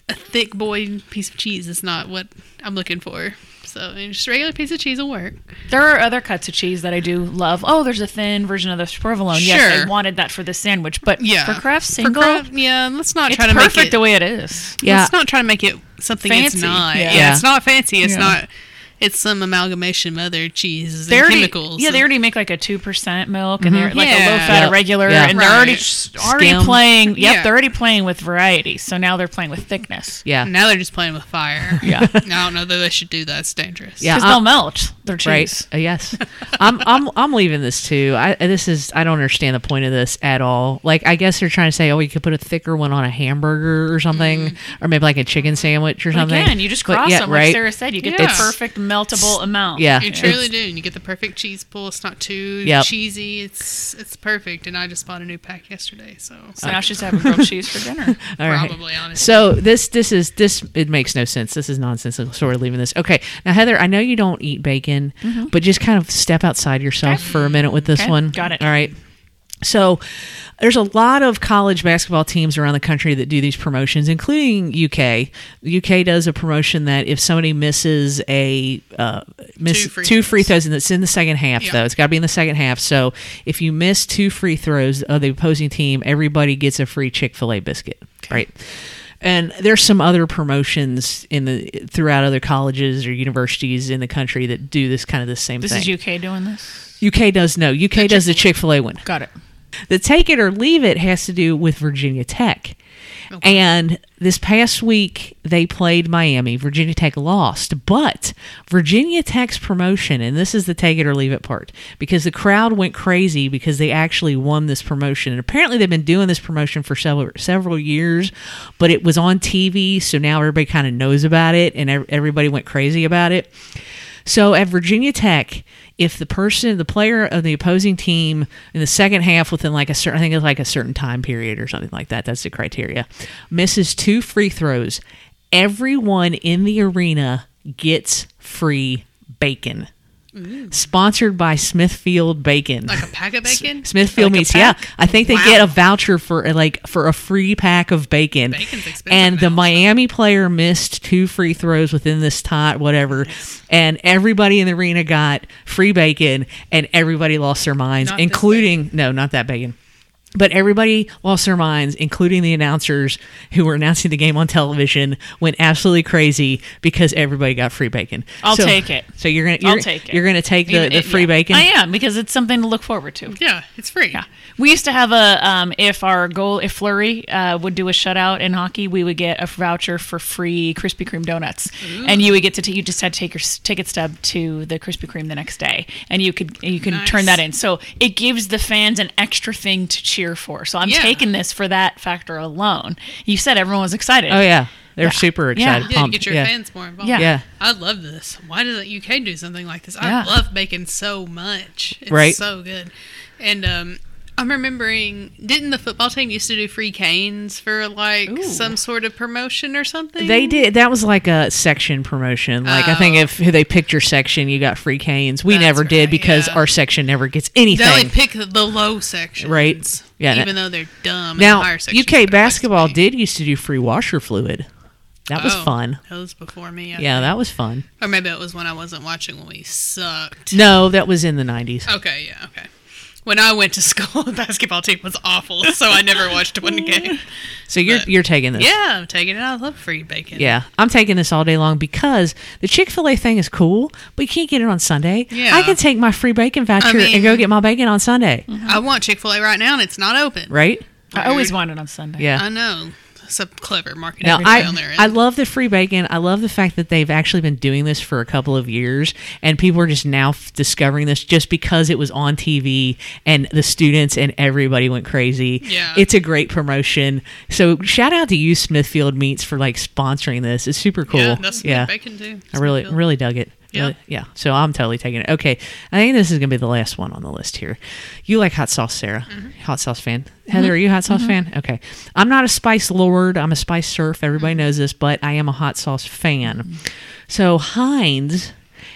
B: A thick boy piece of cheese is not what I'm looking for. So I mean, just a regular piece of cheese will work.
C: There are other cuts of cheese that I do love. Oh, there's a thin version of the provolone. Yes,
B: Sure.
C: I wanted that for the sandwich, but
B: Yeah.
C: for Kraft single,
B: Kraft- yeah, let's not
C: it's
B: try to
C: perfect
B: make it.
C: the way it is.
A: Yeah,
B: Let's not try to make it something
C: Fancy.
B: it's not.
C: Yeah.
B: Yeah. it's not fancy. It's
C: Yeah.
B: not. It's some amalgamation of other cheeses
C: They
B: and
C: already,
B: chemicals.
C: yeah, they
B: and- Mm-hmm.
C: already make like a two percent milk, and they're like a
B: Yeah.
C: low fat
A: Yep.
C: regular,
A: Yeah.
C: and they're already
B: Right.
C: s- already
A: Skim.
C: playing. Yep,
B: Yeah.
C: they're already playing with variety. So now they're playing with thickness.
A: yeah,
B: now they're just playing with fire.
C: Yeah, because
B: I don't know that they should do that. It's dangerous.
A: Yeah. uh,
C: they'll melt their cheese.
A: Right. Uh, yes. I'm I'm I'm leaving this too. I uh, this is I don't understand the point of this at all. Like I guess they're trying to say, oh, you could put a thicker one on a hamburger or something, or maybe like a chicken sandwich or
C: Mm. But
A: something.
C: Again, you just
A: But
C: cross
A: yeah,
C: them, like
A: right?
C: Sarah said. You get
B: Yeah.
C: the perfect meltable amount.
A: yeah.
B: You truly do, and you get the perfect cheese pull. It's not too
A: Yep.
B: cheesy. It's it's perfect. And I just bought a new pack yesterday, so
C: So
A: Uh,
C: now she's having grilled cheese for dinner.
A: All right.
B: probably honestly.
A: So this this is this it makes no sense. This is nonsensical. So we're leaving this. Okay. Now Heather, I know you don't eat bacon,
B: Mm-hmm.
A: but just kind of step outside yourself for a minute with this
C: Okay.
A: one.
C: Got it.
A: All right. So there's a lot of college basketball teams around the country that do these promotions, including UK. UK does a promotion that if somebody misses a uh, miss
B: Two free
A: two free throws, and it's in the second half
B: Yeah.
A: though, it's got to be in the second half. So if you miss two free throws of the opposing team, everybody gets a free Chick Fil A biscuit, right? And there's some other promotions in the throughout other colleges or universities in the country that do this kind of the same
C: This
A: thing.
C: is UK doing this.
A: UK does no. UK does the Chick Fil A one.
C: Got it.
A: The take it or leave it has to do with Virginia Tech. And this past week, they played Miami. Virginia Tech lost, but Virginia Tech's promotion, and this is the take it or leave it part, because the crowd went crazy because they actually won this promotion. And apparently, they've been doing this promotion for several several years, but it was on TV, so now everybody kind of knows about it, and ev- everybody went crazy about it. So at Virginia Tech, if the person, the player of the opposing team in the second half within like a certain, I think it's like a certain time period or something like that, that's the criteria, misses two free throws, everyone in the arena gets free bacon. Sponsored by Smithfield Bacon.
B: like a pack of bacon.
A: Smithfield
C: Like a
A: meats. Yeah,
C: pack?
A: I think they
B: Wow.
A: get a voucher for uh, like for a free pack of bacon.
B: Bacon's expensive
A: and the
B: now.
A: Miami player missed two free throws within this time, whatever, and everybody in the arena got free bacon, and everybody lost their minds,
B: Not this
A: including no, not that bacon. But everybody lost their minds, including the announcers who were announcing the game on television, went absolutely crazy because everybody got free bacon.
C: I'll take it.
A: So you're gonna
C: I'll
A: you're,
C: take it.
A: you're gonna take the,
C: Even-
A: the free
C: yeah.
A: bacon.
C: I am because it's something to look forward to.
B: Yeah, it's free.
C: Yeah. We used to have a um, if our goal if Flurry uh, would do a shutout in hockey, we would get a voucher for free Krispy Kreme donuts, and you would get to t- you just had to take your s- ticket stub to the Krispy Kreme the next day, and you could you can turn
B: Nice.
C: that in. So it gives the fans an extra thing to cheer for. So I'm
B: Yeah.
C: taking this for that factor alone. You said everyone was excited.
A: Oh yeah, they're
C: Yeah.
A: super
C: Yeah.
A: excited.
B: Yeah,
A: pumped.
B: get your
A: yeah.
B: fans more involved.
C: Yeah.
A: Yeah.
B: I love this. Why doesn't UK do something like this? I
C: Yeah.
B: love bacon so much. It's
A: Right.
B: so good. And um I'm remembering didn't the football team used to do free canes for like
C: Ooh.
B: some sort of promotion or something?
A: They did. That was like a section promotion. Like I think if they picked your section, you got free canes. We
B: Oh. That's
A: never did
B: right,
A: because
B: yeah.
A: our section never gets
B: They only
A: anything.
B: pick the low sections.
A: Right. Yeah, that-
B: Even though they're dumb and the
A: Now
B: higher sections are
A: UK
B: supposed
A: basketball
B: to be.
A: did used to do free washer fluid. That was
B: Oh,
A: fun.
B: That was before me. I
A: Yeah,
B: think.
A: that was fun.
B: Or maybe it was when I wasn't watching when we sucked.
A: No, that was in the nineties.
B: Okay, yeah, okay. When I went to school, the basketball team was awful, so I never watched one game.
A: So you're
B: but-
A: you're taking this.
B: Yeah, I'm taking it. I love free bacon.
A: Yeah, I'm taking this all day long because the Chick Fil A thing is cool, but you can't get it on Sunday.
B: Yeah.
A: I can take my free bacon voucher and
B: mean-
A: go get my bacon on Sunday,
B: I want Chick Fil A right now, and it's not open.
A: right?
C: I always wanted on Sunday.
A: Yeah.
B: I know. It's a clever marketing
A: Now
B: plan on their
A: I,
B: end.
A: I love the free bacon. I love the fact that they've actually been doing this for a couple of years, and people are just now f- discovering this just because it was on TV and the students and everybody went crazy.
B: Yeah.
A: it's a great promotion. So shout out to you, Smithfield Meats, for like sponsoring this. It's super cool.
B: Yeah, that's yeah. bacon too.
A: I really, really dug it.
B: Yeah.
A: Really- yeah. So I'm totally taking it. Okay. I think this is going to be the last one on the list here. You like hot sauce, Sarah. Hot sauce fan. Heather, are you a hot sauce fan? Okay. I'm not a spice lord. I'm a spice surf. Everybody knows this, but I am a hot sauce fan. So Heinz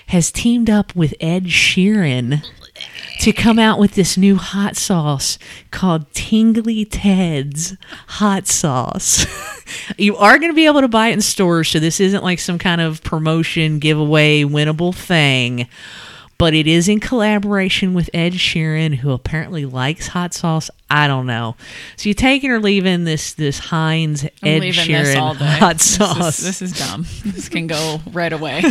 A: has teamed up with Ed Sheeran to come out with this new hot sauce called Tingly Ted's hot sauce. you are going to be able to buy it in stores, so this isn't like some kind of promotion, giveaway, winnable thing. But it is in collaboration with Ed Sheeran, who apparently likes hot sauce. I don't know. So you taking or leaving this this Heinz
C: I'm
A: Ed
C: leaving
A: Sheeran
C: this all day.
A: hot
C: This is-
A: sauce?
C: This is, dumb. This can go right away.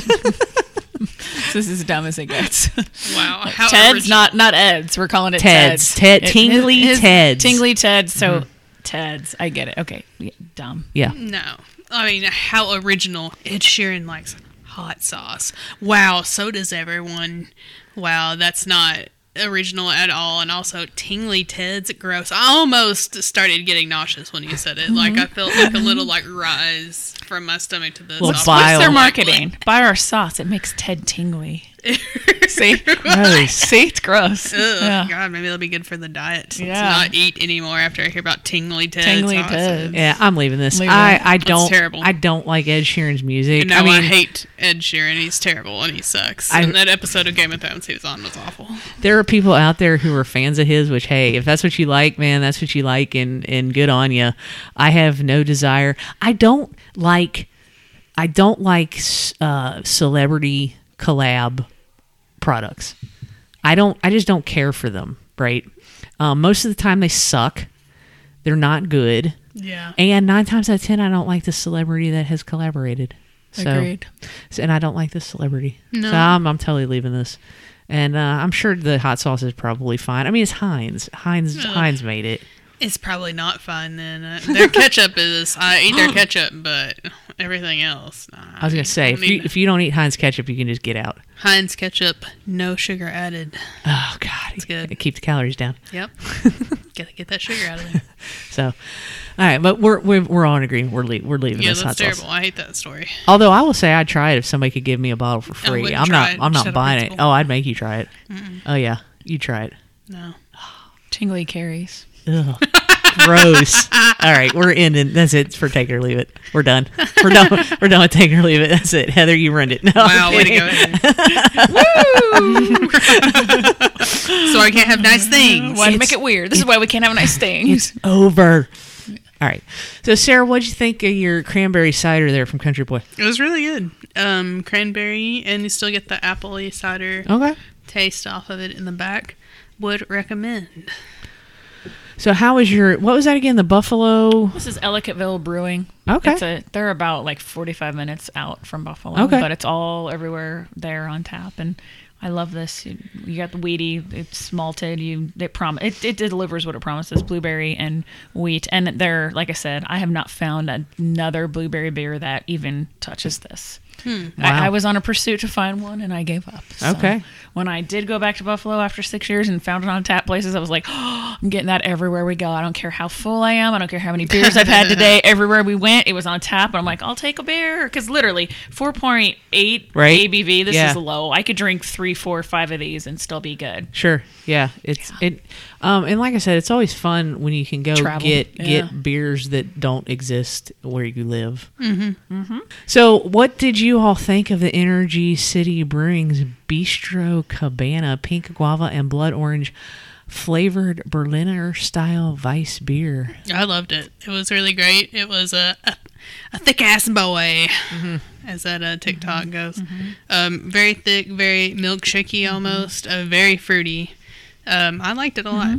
C: this is as dumb as it gets.
B: Wow. How
C: Ted's
B: original.
C: not not Ed's. We're calling it
A: Ted's.
C: Ted's.
A: Ted-
C: It-
A: tingly Ted's. Mm-hmm.
C: Tingly Ted's. So Ted's. I get it. Okay. Yeah, dumb.
A: yeah.
B: No. I mean, how original. Ed Sheeran likes hot sauce. Wow, so does everyone. Wow, that's not original at all. And also, tingly Ted's gross. I almost started getting nauseous when you said it. Like, I felt like a little, like, rise from my stomach to the
A: Well,
B: sauce.
A: bile.
C: What's
A: I'll-
C: their marketing? Buy our sauce. It makes Ted tingly. See?
A: Gross.
C: See? It's gross.
B: Ugh,
C: Yeah.
B: God, maybe that'll be good for the diet. Let's
C: Yeah.
B: not eat anymore after I hear about tingly Ted's.
C: Tingly
B: sauces.
C: Ted's.
A: Yeah, I'm leaving this.
C: Leaving
A: I,
C: it.
A: I don't
B: terrible.
A: I don't like Ed Sheeran's music.
B: And now
A: I
B: I,
A: mean,
B: hate Ed Sheeran. He's terrible and he sucks.
A: I-
B: and that episode of Game of Thrones he was on was awful.
A: there are people out there who are fans of his which hey if that's what you like man that's what you like and and good on you i have no desire i don't like i don't like s- uh celebrity collab products i don't i just don't care for them right um, most of the time they suck they're not good
B: Yeah.
A: and nine times out of ten i don't like the celebrity that has collaborated so
C: Agreed.
A: so- and I don't like this celebrity. So I'm, I'm totally leaving this. And uh, I'm sure the hot sauce is probably fine. I mean, it's Heinz. Heinz Heinz made it.
B: It's probably not fine then. Uh, their ketchup is. I eat their ketchup, but everything else. Nah,
A: I was gonna say if you, if you don't eat Heinz ketchup, you can just get out.
B: Heinz ketchup, no sugar added.
A: Oh God, it's
B: good.
A: Keep the calories down.
B: Yep. Gotta get that sugar out of there.
A: So, all right, but we're we're, we're all in agreement. We're le- we're leaving
B: Yeah,
A: this hot
B: that's terrible.
A: sauce.
B: I hate that story.
A: Although I will say I'd try it if somebody could give me a bottle for free.
B: wouldn't
A: I'm
B: try
A: not
B: it.
A: I'm
B: Just out
A: not
B: of
A: buying it.
B: principle.
A: Oh, I'd make you try it. Oh yeah, you try it.
B: No.
C: Tingly carries.
A: Ugh. Gross. All right, we're ending. That's it for take it or leave it. We're done. We're done. We're done with take it or leave it. That's it. Heather, you ruined it. No, I'm
B: Wow, way to
A: kidding.
B: go. Woo! so I can't have nice things.
C: Why make it weird? This is why we can't have nice things.
A: Over. All right. So, Sarah, what'd you think of your cranberry cider there from Country Boy?
B: It was really good. Um, cranberry, and you still get the apple cider
A: Okay.
B: taste off of it in the back. Would recommend.
A: So how was your? What was that again? The Buffalo.
C: This is Ellicottville Brewing.
A: Okay.
C: It's a, they're about like 45 minutes out from Buffalo.
A: Okay.
C: But it's all everywhere there on tap. And I love this. You, you got the wheaty, it's malted. You they prom- it, it delivers what it promises blueberry and wheat. And they're, like I said, I have not found another blueberry beer that even touches this.
A: Wow.
C: I, I was on a pursuit to find one and I gave up. So
A: Okay.
C: When I did go back to Buffalo after six years and found it on tap places, I was like, oh, I'm getting that everywhere we go. I don't care how full I am. I don't care how many beers I've had today. Everywhere we went, it was on tap. And I'm like, I'll take a beer. Because literally 4.8
A: Right.
C: ABV, this
A: Yeah.
C: is low. I could drink three, four, five of these and still be good.
A: Sure. Yeah. It's it. Um, and like I said, it's always fun when you can go
C: Travel.
A: get
C: Yeah.
A: get beers that don't exist where you live. Mm-hmm. Mm-hmm. So, what did you all think of the Energy City Brewing's Bistro Cabana Pink Guava and Blood Orange flavored Berliner style Weiss beer?
D: I loved it. It was really great. It was a a, a thick ass boy,
C: Mm-hmm.
D: as that uh, TikTok goes. Um, very thick, very milkshakey
C: Mm-hmm.
D: almost, uh, very fruity. Um, I liked it a lot.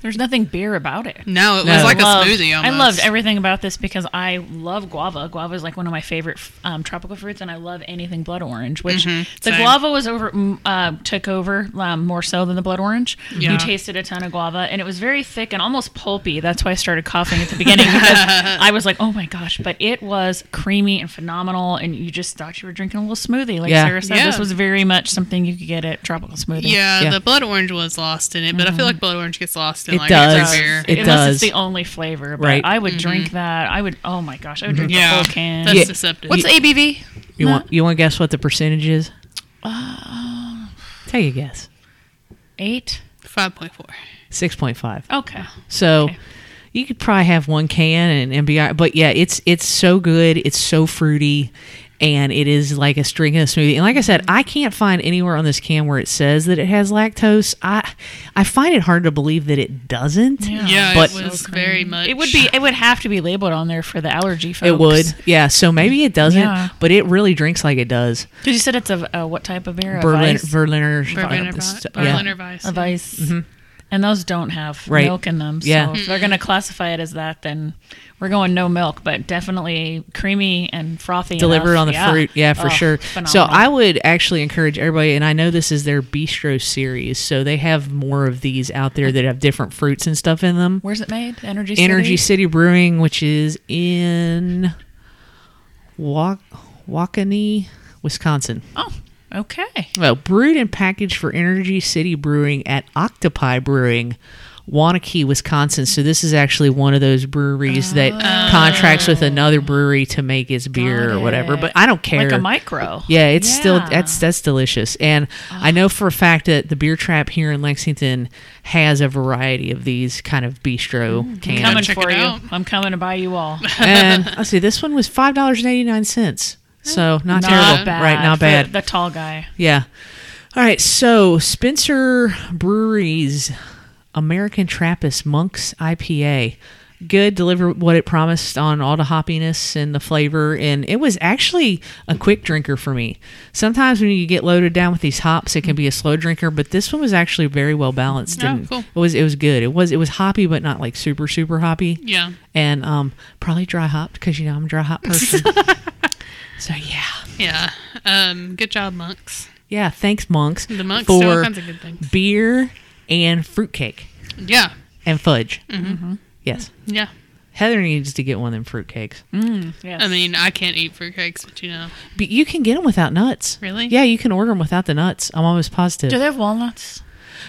C: There's nothing beer about it.
D: No, it
A: No.
D: was like
C: Love-
D: a smoothie almost.
C: I Mm-hmm. loved everything about this because I love guava. Guava is like one of my favorite um, tropical fruits, and I love anything blood orange. Which the
D: Mm-hmm. same.
C: guava was over mm, uh, took over um, more so than the blood orange.
D: Yeah.
C: You tasted a ton of guava, and it was very thick and almost pulpy. That's why I started coughing at the beginning because I was like, "Oh my gosh!" But it was creamy and phenomenal, and you just thought you were drinking a little smoothie. Like
A: Yeah.
C: Sarah said, this
D: Yeah.
C: was very much something you could get at tropical smoothie.
D: Yeah,
A: Yeah.
D: the blood orange was lost in it, but I feel like blood orange gets lost in
A: It
D: like
A: does.
D: every beer.
A: It does.
C: Unless Mm-hmm. it's the only flavor, but
A: Right.
C: I would drink that. I would. Oh my gosh, I would drink the
D: Mm-hmm. yeah,
C: whole can.
D: that's
A: Yeah.
D: deceptive.
B: What's ABV?
A: You want you want to guess what the percentage is? Take a guess.
C: Eight.
D: five point four?
A: Six point five.
C: Okay.
A: So
C: Okay.
A: you could probably have one can and, and be all right. but yeah, it's it's so good, it's so fruity, and it is like a string in a smoothie. And like I said, I can't find anywhere on this can where it says that it has lactose. I I find it hard to believe that it doesn't.
D: Yeah,
A: But-
D: it was very much.
C: Mm-hmm. It would be. It would have to be labeled on there for the allergy. Folks.
A: It would, yeah. So maybe it doesn't,
C: Yeah.
A: but it really drinks like it does.
C: Because you said it's a, a what type of beer? A
A: Berlin,
C: Weiss?
A: Berliner,
D: Berliner,
A: st-
D: Vi-
A: yeah.
D: Berliner Weiss.
C: A Weiss. And those don't have
A: Mm-hmm. Right.
C: milk in them. So
A: Yeah.
C: if they're going to classify it as that, then we're going no milk, but definitely creamy and frothy.
A: delivered
C: enough.
A: on the fruit. Yeah, for
C: Oh,
A: sure. So
C: phenomenal.
A: I would actually encourage everybody, and I know this is their bistro series, so they have more of these out there that have different fruits and stuff in them.
C: Where's it made? Energy.
A: Energy
C: City?
A: City Brewing, which is in Wa- Waukene, Wisconsin.
C: Oh, okay.
A: Well, brewed and packaged for Energy City Brewing at Octopi Brewing, Wanakee, Wisconsin. So this is actually one of those breweries that contracts with another brewery to make its beer
C: Oh. Got
A: or whatever.
C: it.
A: But I don't care.
C: Like a micro.
A: Yeah, it's still
C: Yeah.
A: that's that's delicious, and I know for a fact that the beer trap here in Lexington has a variety of these kind of bistro cans.
C: coming
D: check
C: for
D: it
C: you.
D: out.
C: I'm coming to buy you all.
A: And let's see, this one was five dollars and eighty nine cents, so not, terrible, right? Not
C: for
A: bad.
C: The, the tall guy.
A: Yeah. All right. So Spencer Brewery's American Trappist Monks IPA. Good, delivered what it promised on all the hoppiness and the flavor. And it was actually a quick drinker for me. Sometimes when you get loaded down with these hops, it can be a slow drinker, but this one was actually very well balanced.
D: Oh,
A: and
D: cool.
A: It was it was good. It was it was hoppy, but not like super super hoppy.
D: Yeah.
A: And um, probably dry hopped because you know I'm a dry hop person. so yeah,
D: Yeah. Um, good job, monks.
A: yeah. Thanks, monks.
D: The monks
A: for
D: do all kinds of good things.
A: beer and fruitcake
D: Yeah.
A: and fudge. Mm-hmm. Yes.
D: Yeah.
A: Heather needs to get one of them fruitcakes.
C: Yes.
D: I mean, I can't eat fruitcakes, but you know.
A: But you can get them without nuts.
D: Really?
A: Yeah, you can order them without the nuts. I'm almost positive.
C: do they have walnuts?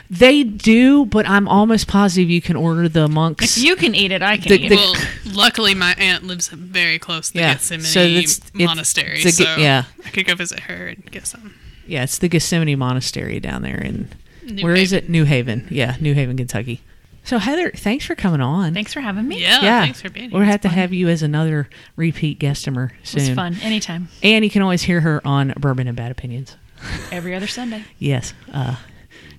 A: they do, but I'm almost positive you can order the monks.
C: You can eat it. I can
A: The-
C: eat
A: the-
C: it.
D: Well, luckily, my aunt lives very close to
A: Yeah,
D: Gethsemane
A: so that's- it's-
D: Monastery,
A: it's a ge-
D: so
A: yeah.
D: I could go visit her and get some.
A: yeah, it's the Gethsemane Monastery down there in where is
D: New
A: it? New Haven. Yeah, New Haven, Kentucky. So Heather, thanks for coming on.
C: Thanks for having me.
D: Yeah,
A: yeah,
D: Oh, thanks for being here.
A: We'll have to have you as another repeat guestimer soon.
C: It's fun. Anytime.
A: And you can always hear her on Bourbon and Bad Opinions.
C: Every other Sunday.
A: Yes, uh,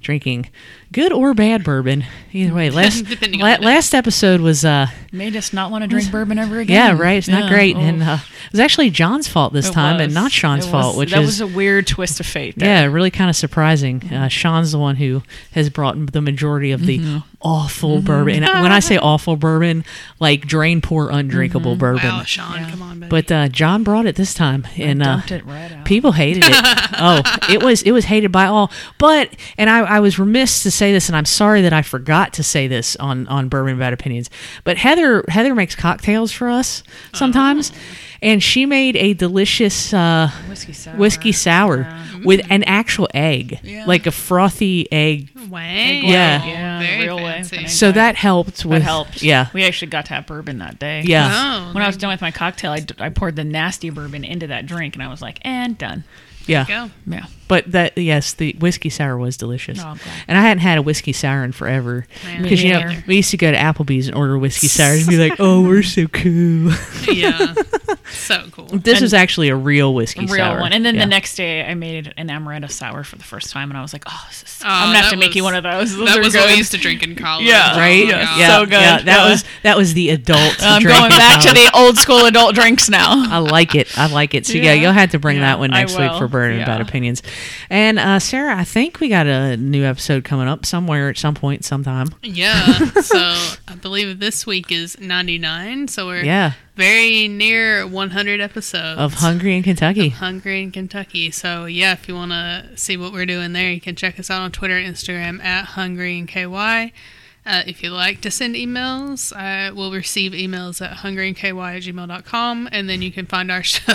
A: drinking good or bad bourbon. Either way, last
B: Depending on
A: la-
B: the day.
A: last episode was uh
C: Made us not want to drink bourbon ever again.
A: yeah right, it's not
C: Yeah,
A: great,
C: oh,
A: and uh, it was actually John's fault this
C: it
A: time, and
C: was.
A: not Sean's
C: It
A: fault,
C: was-
A: which
C: that
A: is
C: was a Mm-hmm. weird twist of fate.
A: yeah,
C: There.
A: really kind of surprising. Uh, Sean's the one who has brought the majority of the
C: Mm-hmm.
A: awful bourbon. And when I say awful bourbon, like drain poor,
C: Mm-hmm.
A: undrinkable bourbon.
B: Wow, Sean, come on, buddy.
A: But uh, John brought it this time, and uh,
C: dumped it right out.
A: people hated it. oh, it was it was hated by all. But and I, I was remiss to say this, and I'm sorry that I forgot to say this on on Bourbon Bad Opinions. But Heather Heather makes cocktails for us
C: Oh.
A: sometimes, and she made a delicious uh,
C: Whiskey sour. Mm.
A: whiskey sour with an actual egg, like a frothy egg.
B: wow,
A: Yeah.
C: Yeah,
B: very
C: real way.
B: fancy.
C: Thank
A: So
C: God.
A: that helped with
C: That helped.
A: yeah
C: We actually got to have bourbon that day.
A: yeah.
B: Oh,
C: When I was done with my cocktail, I, d- I poured the nasty bourbon into that drink and I was like, and done.
A: Yeah.
B: go.
C: Yeah.
A: But that yes, the whiskey sour was delicious.
C: Oh, I'm glad.
A: and I hadn't had a whiskey sour in forever
B: Man.
A: because you
C: Me
A: know
C: neither.
A: we used to go to Applebee's and order whiskey sours and be like, "Oh, we're so cool."
B: Yeah, so cool. Uh,
A: This was actually a real whiskey
C: Real
A: sour.
C: one. And then
A: Yeah.
C: the next day, I made an amaretto sour for the first time and I was like, oh, this is,
B: Oh,
C: I'm going to have
B: that
C: to make you
B: was-
C: one of those. Those
B: that
C: are
B: was
C: good.
B: what we used to drink in college.
C: Yeah.
B: Oh,
A: right?
B: my
C: Yeah.
B: God.
C: So good.
A: Yeah, that
C: Yeah.
A: was that was the adult.
C: I'm
A: drink
C: going back to
A: now.
C: the old school adult drinks now.
A: I like it. I like it. So yeah,
C: Yeah.
A: you'll have to bring
C: Yeah,
A: that one
C: I
A: next week
C: will.
A: for Burning
C: Yeah.
A: Bad Opinions. And uh, Sarah, I think we got a new episode coming up somewhere at some point, sometime.
B: Yeah. So I believe this week is 99. So we're
A: Yeah,
B: very near 100 episodes
A: of Hungry in Kentucky.
B: Hungry in Kentucky. So yeah, if you want to see what we're doing there, you can check us out on Twitter and Instagram at Hungry and KY. Uh, if you'd like to send emails, I will receive emails at hungryandky at gmail.com, and then you can find our show.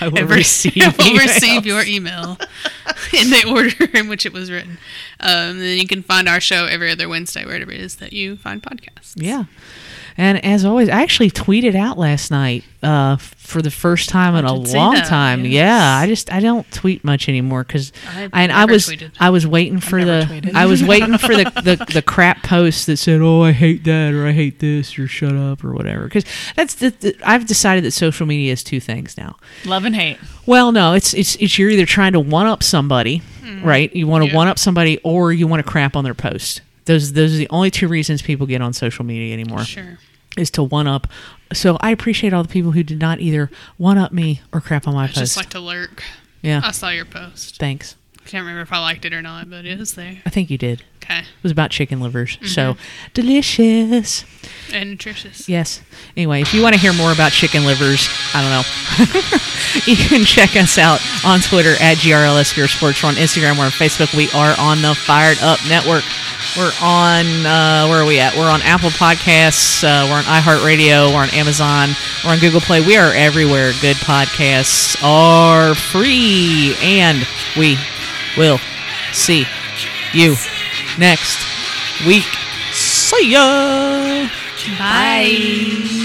A: I will
B: and re-
A: receive
B: I will receive
A: emails.
B: your email in the order in which it was written. Um, and then you can find our show every other Wednesday, wherever it is that you find podcasts.
A: Yeah. And as always, I actually tweeted out last night uh, f- for the first time in a
B: did see
A: long
B: that,
A: time.
B: yes.
A: Yeah, I just I don't tweet much anymore because
B: I've
A: and I
B: never
A: was
B: tweeted.
A: I was waiting for the
C: never tweeted.
A: I was waiting for the, the the crap post that said oh I hate that or I hate this or shut up or whatever because that's the, the I've decided that social media is two things now.
C: Love and hate.
A: Well, no, it's it's it's you're either trying to one up somebody,
B: Hmm.
A: right? You want to one up somebody, or you want to crap on their post. Those those are the only two reasons people get on social media anymore
B: Sure.
A: is to one up. So I appreciate all the people who did not either one up me or crap on my
B: I just
A: post.
B: like uh, to lurk.
A: yeah,
B: I saw your post.
A: thanks.
B: Can't remember if I liked it or not, but it was there.
A: I think you did. It
B: Okay.
A: was about chicken livers. So
B: Mm-hmm.
A: delicious.
B: And nutritious.
A: Yes. Anyway, if you want to hear more about chicken livers, I don't know. you can check us out on Twitter at GRLS Beer Sports. We're on Instagram. We're on Facebook. We are on the Fired Up Network. We're on, uh, where are we at? We're on Apple Podcasts. Uh, we're on iHeartRadio. We're on Amazon. We're on Google Play. We are everywhere. Good podcasts are free. And we will see you next week. See ya.
B: Bye.